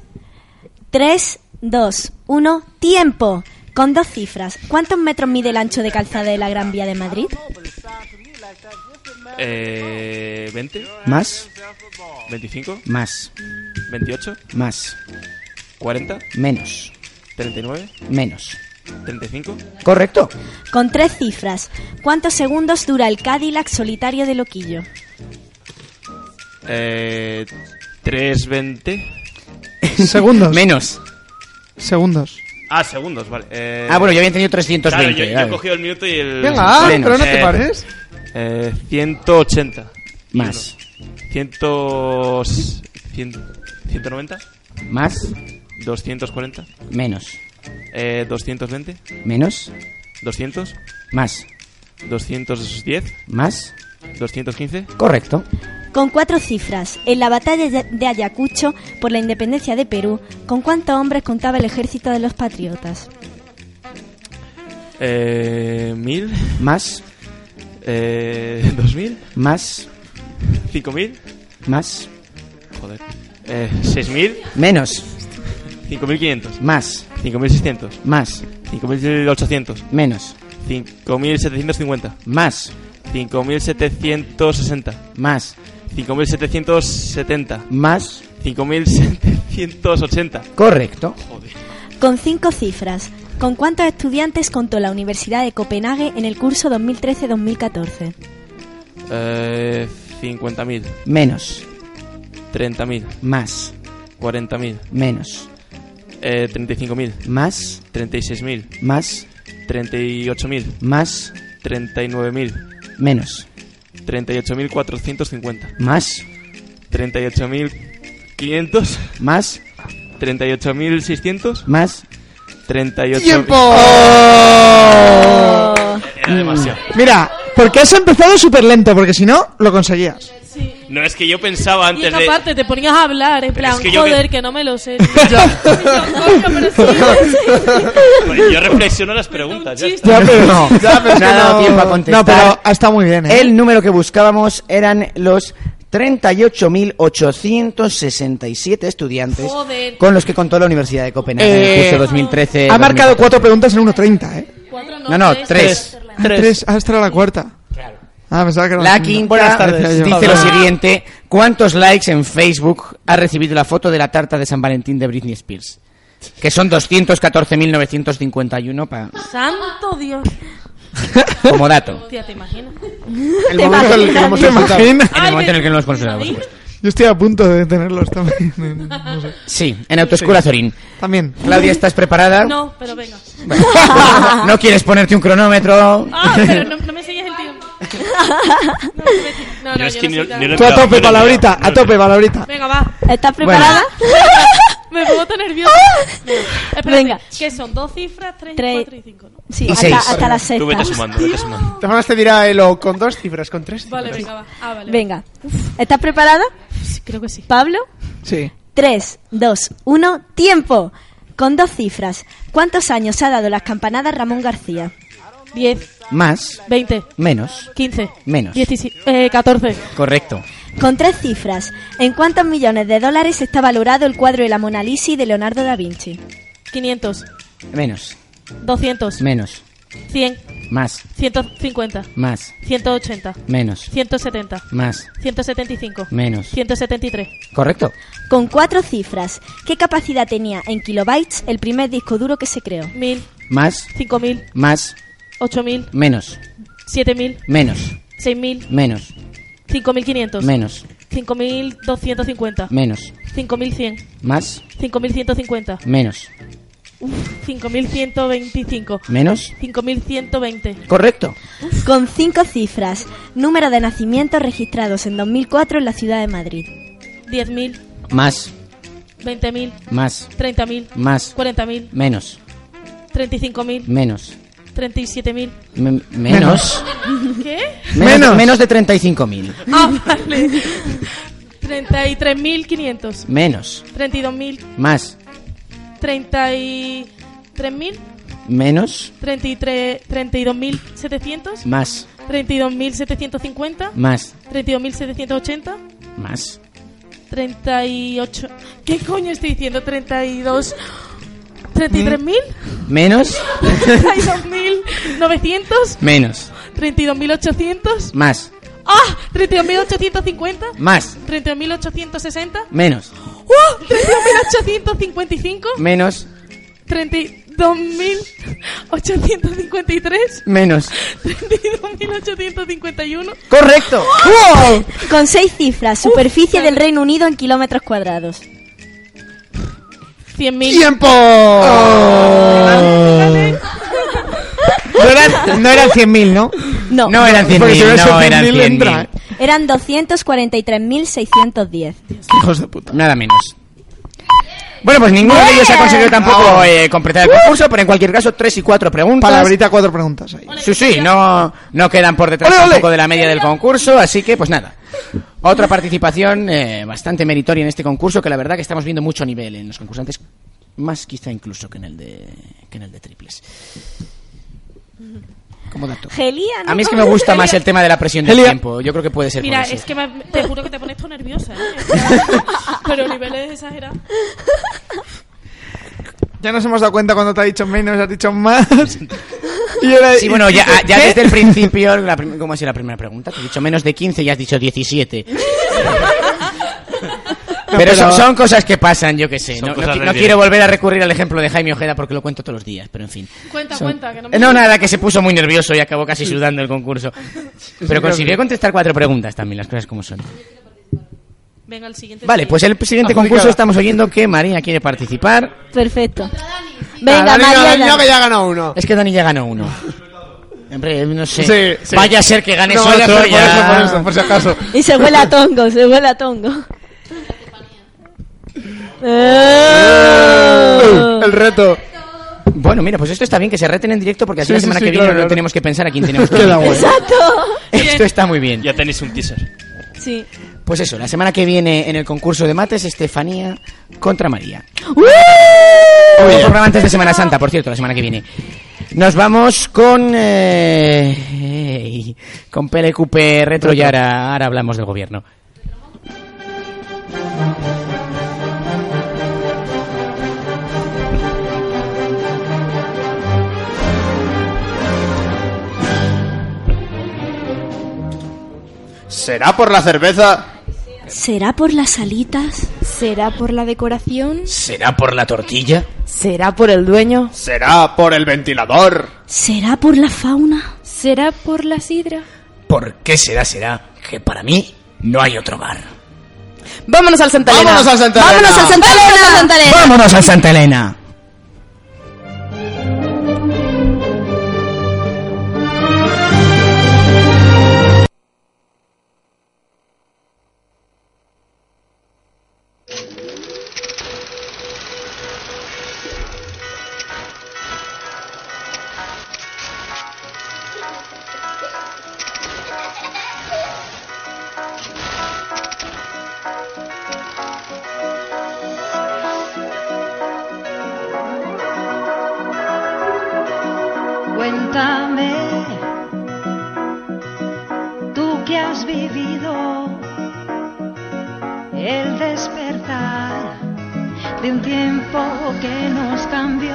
Speaker 5: 3, 2, 1, tiempo. Con dos cifras. ¿Cuántos metros mide el ancho de calzada de la Gran Vía de Madrid?
Speaker 12: Eh, ¿20?
Speaker 3: Más,
Speaker 12: ¿25?
Speaker 3: más,
Speaker 12: ¿28?
Speaker 3: más,
Speaker 12: ¿40?
Speaker 3: menos,
Speaker 12: ¿39?
Speaker 3: menos.
Speaker 12: ¿35?
Speaker 3: Correcto.
Speaker 5: Con tres cifras. ¿Cuántos segundos dura el Cadillac solitario de Loquillo?
Speaker 12: Eh, ¿320?
Speaker 9: Segundos.
Speaker 3: Menos.
Speaker 9: Segundos.
Speaker 12: Ah, segundos, vale. Eh,
Speaker 3: Ah, bueno, yo había entendido
Speaker 12: claro,
Speaker 3: 320.
Speaker 12: yo, yo he
Speaker 3: vale.
Speaker 12: cogido el minuto y el...
Speaker 4: Venga, ah,
Speaker 3: Menos.
Speaker 4: pero no te
Speaker 12: Eh,
Speaker 4: pares.
Speaker 12: Eh, 180.
Speaker 3: Más,
Speaker 12: Ciento... Cien- 190.
Speaker 3: Más.
Speaker 12: 240.
Speaker 3: Menos.
Speaker 12: Eh, 220.
Speaker 3: Menos.
Speaker 12: 200.
Speaker 3: Más.
Speaker 12: 210.
Speaker 3: Más.
Speaker 12: 215.
Speaker 3: Correcto.
Speaker 5: Con cuatro cifras, en la batalla de- de Ayacucho por la independencia de Perú, ¿con cuántos hombres contaba el ejército de los patriotas?
Speaker 12: Eh, 1000.
Speaker 3: Más.
Speaker 12: Eh, 2000.
Speaker 3: Más.
Speaker 12: 5000.
Speaker 3: Más.
Speaker 12: Joder. Eh, 6000.
Speaker 3: Menos.
Speaker 12: 5500.
Speaker 3: Más.
Speaker 12: 5600.
Speaker 3: Más.
Speaker 12: 5800.
Speaker 3: Menos.
Speaker 12: 5750.
Speaker 3: Más.
Speaker 12: 5760.
Speaker 3: Más.
Speaker 12: 5770.
Speaker 3: Más.
Speaker 12: 5780.
Speaker 3: Correcto.
Speaker 5: Con cinco cifras, ¿con cuántos estudiantes contó la Universidad de Copenhague en el curso 2013-2014?
Speaker 12: Eh, 50.000.
Speaker 3: Menos.
Speaker 12: 30.000.
Speaker 3: Más.
Speaker 12: 40.000.
Speaker 3: Menos.
Speaker 12: Eh, 35.000.
Speaker 3: Más.
Speaker 12: 36.000.
Speaker 3: Más.
Speaker 12: 38.000.
Speaker 3: Más.
Speaker 12: 39.000.
Speaker 3: Menos.
Speaker 12: 38.450.
Speaker 3: Más.
Speaker 12: 38.500.
Speaker 3: Más.
Speaker 12: 38.600.
Speaker 3: Más.
Speaker 12: 38.
Speaker 9: ¡Oh!
Speaker 5: Oh.
Speaker 12: Era demasiado.
Speaker 9: Mm. Mira, porque has empezado súper lento, porque si no, lo conseguías.
Speaker 12: No, es que yo pensaba
Speaker 13: Y
Speaker 12: antes
Speaker 13: en
Speaker 12: de.
Speaker 13: aparte te ponías a hablar, en plan,
Speaker 12: es que yo
Speaker 13: joder,
Speaker 12: me-
Speaker 13: que no me lo sé. tío". Coño, pero sí,
Speaker 12: Pues yo reflexiono las preguntas. Ya, está.
Speaker 3: No ha dado tiempo a contestar.
Speaker 9: No, pero ha estado muy bien, ¿eh?
Speaker 3: El número que buscábamos eran los 38.867 estudiantes
Speaker 9: Joder.
Speaker 3: con los que contó la Universidad de Copenhague
Speaker 9: Eh,
Speaker 3: en el curso 2013.
Speaker 9: Ha marcado cuatro preguntas en 1.30, ¿eh?
Speaker 3: No, pues no, tres.
Speaker 9: Ah, tres. Ah, esta era la cuarta. Ah, pensaba que era
Speaker 3: La
Speaker 9: segunda.
Speaker 3: quinta Ah.
Speaker 9: Decía yo.
Speaker 3: dice lo siguiente: ¿Cuántos likes en Facebook ha recibido la foto de la tarta de San Valentín de Britney Spears? Que son 214.951 pa-
Speaker 13: Santo Dios.
Speaker 3: como dato.
Speaker 13: Hostia, te imaginas.
Speaker 3: El
Speaker 13: Te
Speaker 9: momento en el que
Speaker 13: imaginas,
Speaker 9: hemos
Speaker 13: tío.
Speaker 9: insultado. ¿Te imaginas?
Speaker 3: En el momento en el que no hemos considerado, por supuesto.
Speaker 9: Yo estoy a punto de tenerlos también. No sé.
Speaker 3: Sí, en Autoescuela Zorín.
Speaker 9: También.
Speaker 3: Claudia, ¿estás preparada?
Speaker 13: No, pero venga.
Speaker 3: Bueno. ¿No quieres ponerte un cronómetro?
Speaker 13: Ah, pero no, no me sigues el tiempo. No, no, me- no, no,
Speaker 12: Yo es
Speaker 13: yo
Speaker 12: que
Speaker 13: no
Speaker 12: ni-
Speaker 13: soy
Speaker 12: ni
Speaker 13: tan-
Speaker 12: lo he
Speaker 9: Tú a
Speaker 12: mirado,
Speaker 9: tope,
Speaker 12: yo no he
Speaker 9: palabrita.
Speaker 12: mirado,
Speaker 9: A tope, palabrita.
Speaker 13: Venga, va.
Speaker 5: ¿Estás
Speaker 9: Bueno.
Speaker 5: preparada? Ah.
Speaker 13: Me pongo tan nerviosa. Venga, espérate,
Speaker 5: Venga.
Speaker 13: ¿Qué son? ¿Dos cifras? ¿Tres,
Speaker 5: Tres.
Speaker 13: cuatro y cinco? ¿no?
Speaker 5: Sí,
Speaker 9: Y
Speaker 5: hasta,
Speaker 9: seis.
Speaker 5: hasta la sexta.
Speaker 12: Tú vete sumando, vete sumando.
Speaker 4: Además te dirá Elo con dos cifras, con tres cifras.
Speaker 13: Vale, venga, va. Ah, vale.
Speaker 5: Venga, ¿estás preparada?
Speaker 13: creo que sí.
Speaker 5: ¿Pablo?
Speaker 9: Sí.
Speaker 5: 3, 2, 1, tiempo. Con dos cifras, ¿cuántos años ha dado las campanadas Ramón García?
Speaker 13: 10,
Speaker 3: Más,
Speaker 13: 20,
Speaker 3: menos,
Speaker 13: 15,
Speaker 3: menos.
Speaker 13: 17, eh, 14.
Speaker 3: Correcto.
Speaker 5: Con tres cifras, ¿en cuántos millones de dólares está valorado el cuadro de la Mona Lisa de Leonardo da Vinci?
Speaker 13: 500,
Speaker 3: Menos,
Speaker 13: 200,
Speaker 3: menos,
Speaker 13: 100,
Speaker 3: más,
Speaker 13: 150,
Speaker 3: más,
Speaker 13: 180,
Speaker 3: menos,
Speaker 13: 170,
Speaker 3: más,
Speaker 13: 175,
Speaker 3: Menos.
Speaker 13: 173.
Speaker 3: correcto.
Speaker 5: Con cuatro cifras, ¿qué capacidad tenía en kilobytes el primer disco duro que se creó?
Speaker 13: 1000,
Speaker 3: Más,
Speaker 13: 5000,
Speaker 3: más,
Speaker 13: 8000,
Speaker 3: menos,
Speaker 13: 7000,
Speaker 3: menos,
Speaker 13: 6000,
Speaker 3: menos,
Speaker 13: 5500,
Speaker 3: menos,
Speaker 13: 5250,
Speaker 3: menos,
Speaker 13: 5100,
Speaker 3: más,
Speaker 13: 5150,
Speaker 3: menos,
Speaker 13: 5125,
Speaker 3: menos.
Speaker 13: 5120.
Speaker 3: Correcto.
Speaker 5: Con cinco cifras, número de nacimientos registrados en 2004 en la ciudad de Madrid.
Speaker 13: 10.000,
Speaker 3: Más,
Speaker 13: 20.000,
Speaker 3: más,
Speaker 13: 30.000,
Speaker 3: más,
Speaker 13: 40.000,
Speaker 3: menos,
Speaker 13: 35.000,
Speaker 3: menos,
Speaker 13: 37.000.
Speaker 3: me- menos,
Speaker 13: ¿Qué?
Speaker 3: menos, menos de 35.000.
Speaker 13: Ah, vale. 33.500,
Speaker 3: Menos,
Speaker 13: 32.000,
Speaker 3: más,
Speaker 13: 33.000,
Speaker 3: menos,
Speaker 13: 33 32.700,
Speaker 3: más,
Speaker 13: 32.750,
Speaker 3: más,
Speaker 13: 32.780,
Speaker 3: más.
Speaker 13: 38. ¿Qué coño estoy diciendo? 32. 33.000,
Speaker 3: Menos,
Speaker 13: 32.900,
Speaker 3: menos,
Speaker 13: 32.800,
Speaker 3: más,
Speaker 13: ¡Ah! 32.850,
Speaker 3: más,
Speaker 13: 32.860,
Speaker 3: menos,
Speaker 13: ¡Uh! 32.855,
Speaker 3: menos,
Speaker 13: 32.853,
Speaker 3: menos.
Speaker 13: 32.851,
Speaker 3: Correcto.
Speaker 5: Con seis cifras, superficie del Reino Unido en kilómetros cuadrados.
Speaker 13: 100.000.
Speaker 9: ¡Tiempo! No eran, no eran 100.000, ¿no?
Speaker 5: No,
Speaker 3: No eran
Speaker 9: Porque si
Speaker 3: 100.000,
Speaker 9: hubiese
Speaker 3: no eran
Speaker 9: 100.000 entra,
Speaker 3: 100.000.
Speaker 9: ¿eh?
Speaker 5: Eran 243.610.
Speaker 9: Hijos de puta.
Speaker 3: Nada menos. Bueno, pues ninguno de ellos ha conseguido tampoco eh, completar el concurso, pero en cualquier caso, tres y cuatro preguntas.
Speaker 9: Palabrita cuatro preguntas ahí.
Speaker 3: Sí, sí, no, no quedan por detrás
Speaker 9: Ole, ole.
Speaker 3: tampoco de la media del concurso, así que pues nada. Otra participación eh, bastante meritoria en este concurso, que la verdad que estamos viendo mucho nivel en los concursantes, más quizá incluso que en el de, que en el de triples. Como dato.
Speaker 5: Gelia,
Speaker 3: A mí es que me gusta más el tema de la presión del
Speaker 9: Celia.
Speaker 3: tiempo, yo creo que puede ser
Speaker 13: Mira,
Speaker 3: por eso.
Speaker 13: es que me- te juro que te pones tú nerviosa. ¿eh? Pero niveles exagerados.
Speaker 9: Ya nos hemos dado cuenta cuando te ha dicho menos, has dicho más. Y era-
Speaker 3: Sí, bueno, ya,
Speaker 9: ¿Qué?
Speaker 3: ya desde el principio, la prim- ¿cómo ha sido la primera pregunta? Te he dicho menos de 15 y has dicho 17. Pero son, son cosas que pasan, yo que sé.
Speaker 11: Son
Speaker 3: No, no
Speaker 11: cosas
Speaker 3: qui-
Speaker 11: del
Speaker 3: no
Speaker 11: día.
Speaker 3: quiero volver a recurrir al ejemplo de Jaime Ojeda porque lo cuento todos los días, pero en fin.
Speaker 13: Cuenta,
Speaker 3: Son-
Speaker 13: cuenta, que no
Speaker 3: Eh,
Speaker 13: me-
Speaker 3: No, nada, que se puso muy nervioso y acabó casi sudando el concurso. Pero consiguió contestar cuatro preguntas también, las cosas como son.
Speaker 13: Venga, el siguiente.
Speaker 3: Vale, pues el siguiente concurso estamos oyendo que Marina quiere participar.
Speaker 5: Perfecto.
Speaker 3: Ah,
Speaker 5: Venga,
Speaker 3: Dani, no,
Speaker 5: Mariana.
Speaker 3: Dani, no, que
Speaker 9: ya ganó uno.
Speaker 3: Es que Dani ya ganó uno. Hombre, no sé.
Speaker 9: Sí, sí.
Speaker 3: Vaya a ser que ganes
Speaker 9: No vaya a
Speaker 3: otro
Speaker 9: ser, por
Speaker 3: ya.
Speaker 9: eso, por eso, por si acaso.
Speaker 5: Y se huele a tongo, se huele a tongo.
Speaker 9: El reto.
Speaker 3: Bueno, mira, pues esto está bien que se reten en directo porque así
Speaker 9: Sí,
Speaker 3: la
Speaker 9: sí,
Speaker 3: semana
Speaker 9: sí,
Speaker 3: que viene
Speaker 9: claro,
Speaker 3: no
Speaker 9: claro.
Speaker 3: tenemos que pensar a quién tenemos que
Speaker 9: Queda
Speaker 3: elegir.
Speaker 9: bueno.
Speaker 3: Esto está muy bien.
Speaker 12: Ya tenéis un teaser.
Speaker 5: Sí.
Speaker 3: Pues eso, la semana que viene en el concurso de mates, Estefanía contra María.
Speaker 5: Eh,
Speaker 3: Como programa antes de Semana Santa, por cierto, la semana que viene. Eh, Nos vamos con. eh, ey, con PLQP Retro y ahora, ahora hablamos del gobierno.
Speaker 12: Ah,
Speaker 14: ¿Será por la cerveza?
Speaker 5: ¿Será por las alitas?
Speaker 10: ¿Será por la decoración?
Speaker 3: ¿Será por la tortilla?
Speaker 8: ¿Será por el dueño?
Speaker 14: ¿Será por el ventilador?
Speaker 5: ¿Será por la fauna?
Speaker 10: ¿Será por la sidra?
Speaker 3: ¿Por qué será, será que para mí no hay otro bar?
Speaker 8: Vámonos al Santa Elena.
Speaker 3: Vámonos al Santa Elena.
Speaker 8: Vámonos al Santa Elena.
Speaker 3: ¡Vámonos a Santa Elena!
Speaker 15: Cuéntame, tú que has vivido el despertar de un tiempo que nos cambió.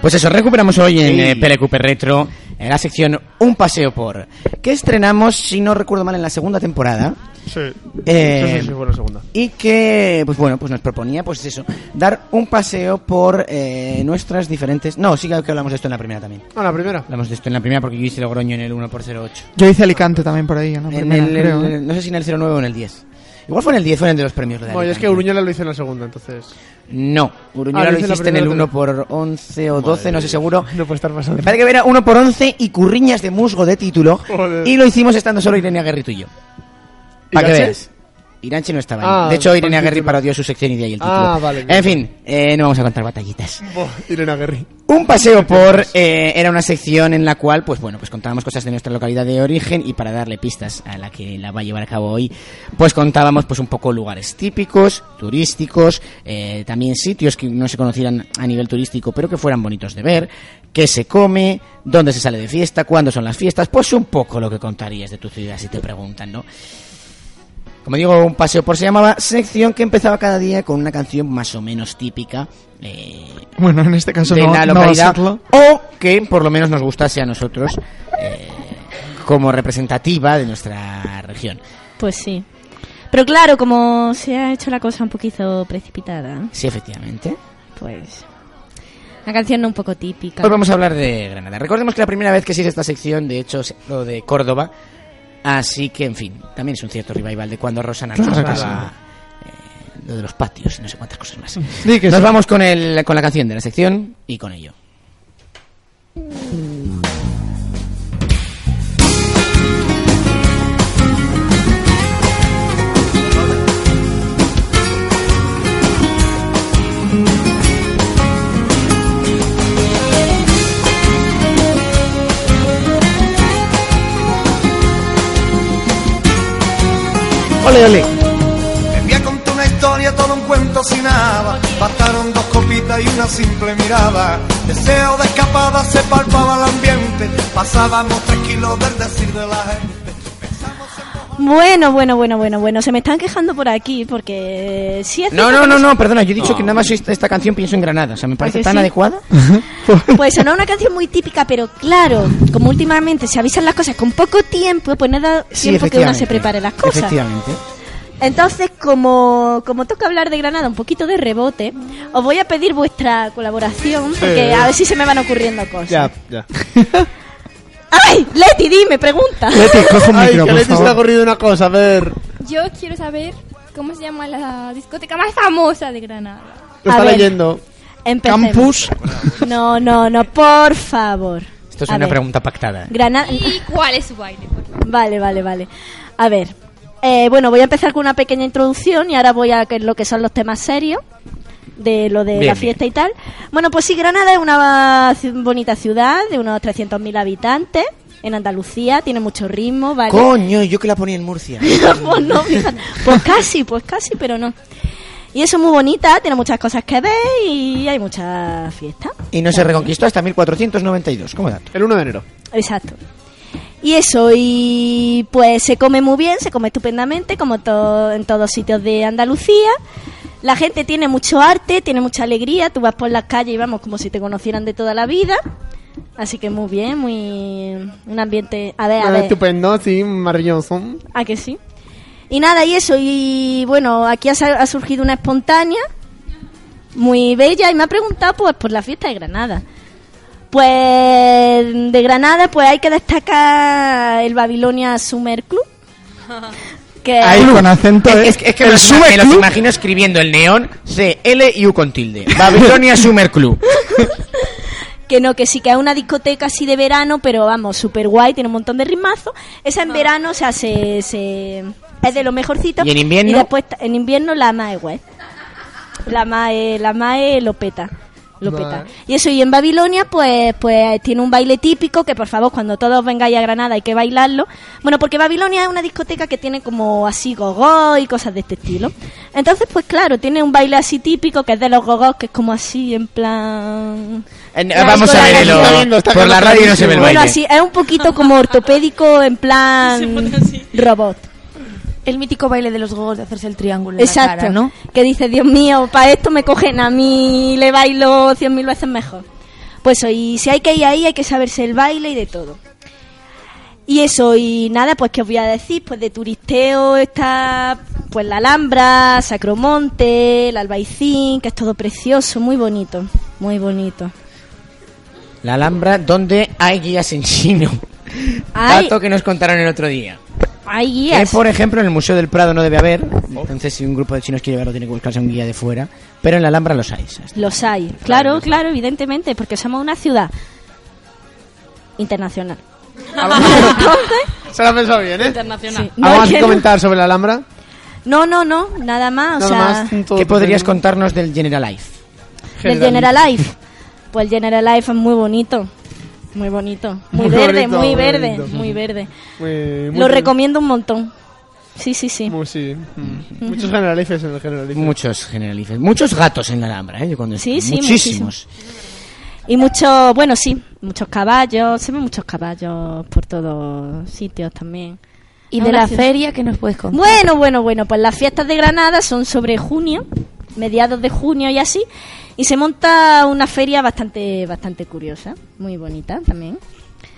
Speaker 3: Pues eso, recuperamos hoy en eh, PLQP Retro, en la sección Un Paseo por, que estrenamos, si no recuerdo mal, en la segunda temporada.
Speaker 4: Sí.
Speaker 3: Eh,
Speaker 4: Sí, sí, sí, fue la segunda.
Speaker 3: Y que, pues bueno, pues nos proponía, pues eso, dar un paseo por eh, nuestras diferentes... No, sí que que hablamos de esto en la primera también.
Speaker 4: Ah, la primera.
Speaker 3: Hablamos de esto en la primera porque yo hice Logroño en el 1x08.
Speaker 9: Yo hice Alicante también por ahí, en la
Speaker 3: En
Speaker 9: primera,
Speaker 3: el-
Speaker 9: creo,
Speaker 3: el-
Speaker 9: ¿eh?
Speaker 3: no sé si en el 09 o en el 10. Igual fue en el 10, fue en el de los premios. lo de
Speaker 4: Bueno, y es
Speaker 3: Alicante.
Speaker 4: que Uruñuela lo hice en la segunda, entonces.
Speaker 3: No, Uruñuela
Speaker 4: Ah,
Speaker 3: lo
Speaker 4: hice la
Speaker 3: hiciste en el
Speaker 4: primera
Speaker 3: 1 por 11 o 12, no sé
Speaker 4: mía.
Speaker 3: seguro.
Speaker 4: No puede estar pasando.
Speaker 3: Me parece que era 1 por 11 y curriñas de musgo de título.
Speaker 4: Joder.
Speaker 3: Y lo hicimos estando solo Irene Aguerri y yo. Para que
Speaker 4: ¿Irache?
Speaker 3: veas. Iranche no estaba. ahí.
Speaker 4: Ah,
Speaker 3: de hecho, Irene
Speaker 4: por
Speaker 3: Aguerri
Speaker 4: título.
Speaker 3: parodió su sección y de ahí el título.
Speaker 4: Ah, vale, bien.
Speaker 3: En fin, eh, no vamos a contar batallitas.
Speaker 4: Buah, Irene Aguerri.
Speaker 3: Un paseo por eh, era una sección en la cual, pues bueno, pues contábamos cosas de nuestra localidad de origen y para darle pistas a la que la va a llevar a cabo hoy, pues contábamos pues un poco lugares típicos, turísticos, eh, también sitios que no se conocieran a nivel turístico, pero que fueran bonitos de ver, qué se come, dónde se sale de fiesta, cuándo son las fiestas, pues un poco lo que contarías de tu ciudad si te preguntan, ¿no? Como digo, un paseo por se llamaba sección que empezaba cada día con una canción más o menos típica. eh,
Speaker 9: Bueno, en este caso
Speaker 3: de
Speaker 9: no,
Speaker 3: la
Speaker 9: no va a
Speaker 3: localidad
Speaker 9: serlo.
Speaker 3: o que por lo menos nos gustase a nosotros eh, como representativa de nuestra región.
Speaker 5: Pues sí. Pero claro, como se ha hecho la cosa un poquito precipitada,
Speaker 3: Sí, efectivamente.
Speaker 5: pues la canción no un poco típica.
Speaker 3: Hoy Pues vamos a hablar de Granada. Recordemos que la primera vez que se hizo esta sección, de hecho, se lo de Córdoba. Así que, en fin, también es un cierto revival de cuando Rosana nos
Speaker 9: Claro que
Speaker 3: hablaba, eh, lo de los patios y no sé cuántas cosas más.
Speaker 9: Di que
Speaker 3: Nos
Speaker 9: sí.
Speaker 3: vamos con, el, con la canción de la sección y con ello.
Speaker 4: ole, ole.
Speaker 16: Quería contar una historia, todo un cuento sin nada. Bastaron dos copitas y una simple mirada. Deseo de escapada se palpaba el ambiente. Pasábamos tres kilos del decir de la gente.
Speaker 5: Bueno, bueno, bueno, bueno, bueno. Se me están quejando por aquí porque si es
Speaker 8: No,
Speaker 5: cierto
Speaker 8: no,
Speaker 5: que
Speaker 8: no,
Speaker 5: nos-
Speaker 8: no, perdona, yo he dicho que nada más esta, esta canción pienso en Granada, o sea, me parece
Speaker 5: que
Speaker 8: tan
Speaker 5: sí?
Speaker 8: adecuada.
Speaker 5: Pues sonó una canción muy típica, pero claro, como últimamente se avisan las cosas con poco tiempo, pues no da
Speaker 8: Sí,
Speaker 5: tiempo que uno se
Speaker 8: efectivamente.
Speaker 5: prepare las cosas.
Speaker 8: Efectivamente.
Speaker 5: Entonces, como, como toca hablar de Granada un poquito de rebote, os voy a pedir vuestra colaboración, porque a ver si se me van ocurriendo cosas.
Speaker 4: Ya, ya.
Speaker 5: ¡Ay! Leti, dime, pregunta.
Speaker 4: Ay,
Speaker 5: micro,
Speaker 4: que
Speaker 5: por
Speaker 4: Leti se
Speaker 5: favor.
Speaker 4: le ha ocurrido una cosa, a ver.
Speaker 10: Yo quiero saber cómo se llama la discoteca más famosa de Granada.
Speaker 4: Lo
Speaker 5: A
Speaker 4: está
Speaker 5: ver.
Speaker 4: leyendo.
Speaker 5: Empecemos.
Speaker 4: Campus.
Speaker 5: No, no, no, por favor.
Speaker 11: Esto es
Speaker 5: A
Speaker 11: una
Speaker 5: ver.
Speaker 11: pregunta pactada. ¿eh?
Speaker 5: Granada.
Speaker 10: ¿Y cuál es su baile?
Speaker 5: Vale, vale, vale. A ver. eh, bueno, voy a empezar con una pequeña introducción y ahora voy a que- lo que son los temas serios de lo de
Speaker 17: Bien,
Speaker 5: la fiesta y tal. Bueno, pues sí, Granada es una ci- bonita ciudad de unos 300.000 habitantes en Andalucía, tiene mucho ritmo, ¿vale?
Speaker 8: Coño, yo que la ponía en Murcia.
Speaker 5: pues no, fíjate. Pues casi, pues casi, pero no. Y eso es muy bonita, tiene muchas cosas que ver y hay muchas fiestas.
Speaker 8: Y no se reconquistó hasta 1492, ¿cómo dato?
Speaker 4: El 1 de enero.
Speaker 5: Exacto. Y eso, y pues se come muy bien, se come estupendamente, como to- en todos sitios de Andalucía. La gente tiene mucho arte, tiene mucha alegría, tú vas por las calles y vamos como si te conocieran de toda la vida. Así que muy bien, muy un ambiente... A ver, a
Speaker 4: Ah,
Speaker 5: ver.
Speaker 4: Estupendo, sí, maravilloso.
Speaker 5: ¿A que sí? Y nada, y eso, y bueno, aquí ha, sa- ha surgido una espontánea muy bella y me ha preguntado pues por la fiesta de Granada. Pues de Granada pues hay que destacar el Babilonia Summer Club. Que
Speaker 11: Ahí con acento.
Speaker 9: ¿eh?
Speaker 8: Es, es que me, los ima- me los imagino escribiendo el neón C, L y U con tilde. Babilonia Summer Club.
Speaker 5: que no, que sí que es una discoteca así de verano, pero vamos, súper guay, tiene un montón de ritmazos. Esa en verano, o sea, se, se- es de lo mejorcito.
Speaker 8: ¿Y en invierno?
Speaker 5: Y después, ta- en invierno la mae, guay. La mae, la mae lo peta. Lo
Speaker 8: Mae.
Speaker 5: peta. Y eso, y en Babilonia, pues, pues tiene un baile típico que, por favor, cuando todos vengáis a Granada hay que bailarlo. Bueno, porque Babilonia es una discoteca que tiene como así gogó y cosas de este estilo. Entonces, pues claro, tiene un baile así típico que es de los gogos, que es como así, en plan...
Speaker 8: En-
Speaker 5: Ya,
Speaker 8: vamos
Speaker 5: con
Speaker 8: a
Speaker 5: la
Speaker 8: verlo.
Speaker 5: canción.
Speaker 8: Por la radio no se ve el
Speaker 5: Bueno,
Speaker 8: baile.
Speaker 5: así, es un poquito como ortopédico en plan robot.
Speaker 6: El mítico baile de los gogos de hacerse el triángulo en la
Speaker 5: Exacto,
Speaker 6: cara, ¿no?
Speaker 5: Que dice, Dios mío, para esto me cogen a mí, le bailo cien mil veces mejor. Pues eso, y si hay que ir ahí, hay que saberse el baile y de todo. Y eso, y nada, pues que os voy a decir, pues de turisteo está pues la Alhambra, Sacromonte, el Albaicín, que es todo precioso, muy bonito, muy bonito.
Speaker 8: La Alhambra, donde hay guías en chino.
Speaker 5: Ay.
Speaker 8: Dato que nos contaron el otro día.
Speaker 5: Hay
Speaker 8: Que,
Speaker 5: guías.
Speaker 8: por ejemplo, en el Museo del Prado no debe haber. Entonces, si un grupo de chinos quiere llevarlo, tiene que buscarse un guía de fuera. Pero en la Alhambra los hay. ¿sabes?
Speaker 5: Los hay, claro, claro, evidentemente, porque somos una ciudad internacional.
Speaker 4: Se lo ha pensado bien, ¿eh?
Speaker 5: Internacional. Sí. No,
Speaker 4: ¿Algo
Speaker 5: es
Speaker 4: más
Speaker 5: que
Speaker 4: que
Speaker 5: no.
Speaker 4: comentar sobre la Alhambra?
Speaker 5: No, no, no, nada más. o sea,
Speaker 8: ¿Qué podrías contarnos del Generalife?
Speaker 5: del General Life. Pues el General Life es muy bonito, muy bonito, muy,
Speaker 8: Muy
Speaker 5: verde,
Speaker 8: bonito,
Speaker 5: muy
Speaker 8: muy
Speaker 5: verde,
Speaker 8: bonito.
Speaker 5: muy verde.
Speaker 4: Muy- muy
Speaker 5: Lo
Speaker 4: bien.
Speaker 5: recomiendo un montón. Sí, sí, sí.
Speaker 4: Muy, Eh, sí. mm. Muchos generalifes en el generalife.
Speaker 8: Muchos Generalifes. Muchos gatos en la Alhambra, ¿eh? Yo cuando
Speaker 5: Sí, sí,
Speaker 8: muchísimos.
Speaker 5: Y muchos, bueno, sí, muchos caballos, se ven muchos caballos por todos sitios también.
Speaker 6: Y
Speaker 5: Es
Speaker 6: de
Speaker 5: una
Speaker 6: la
Speaker 5: ciudad-
Speaker 6: feria, ¿qué nos puedes contar?
Speaker 5: Bueno, bueno, bueno, pues las fiestas de Granada son sobre junio, mediados de junio y así, y se monta una feria bastante bastante curiosa, muy bonita también.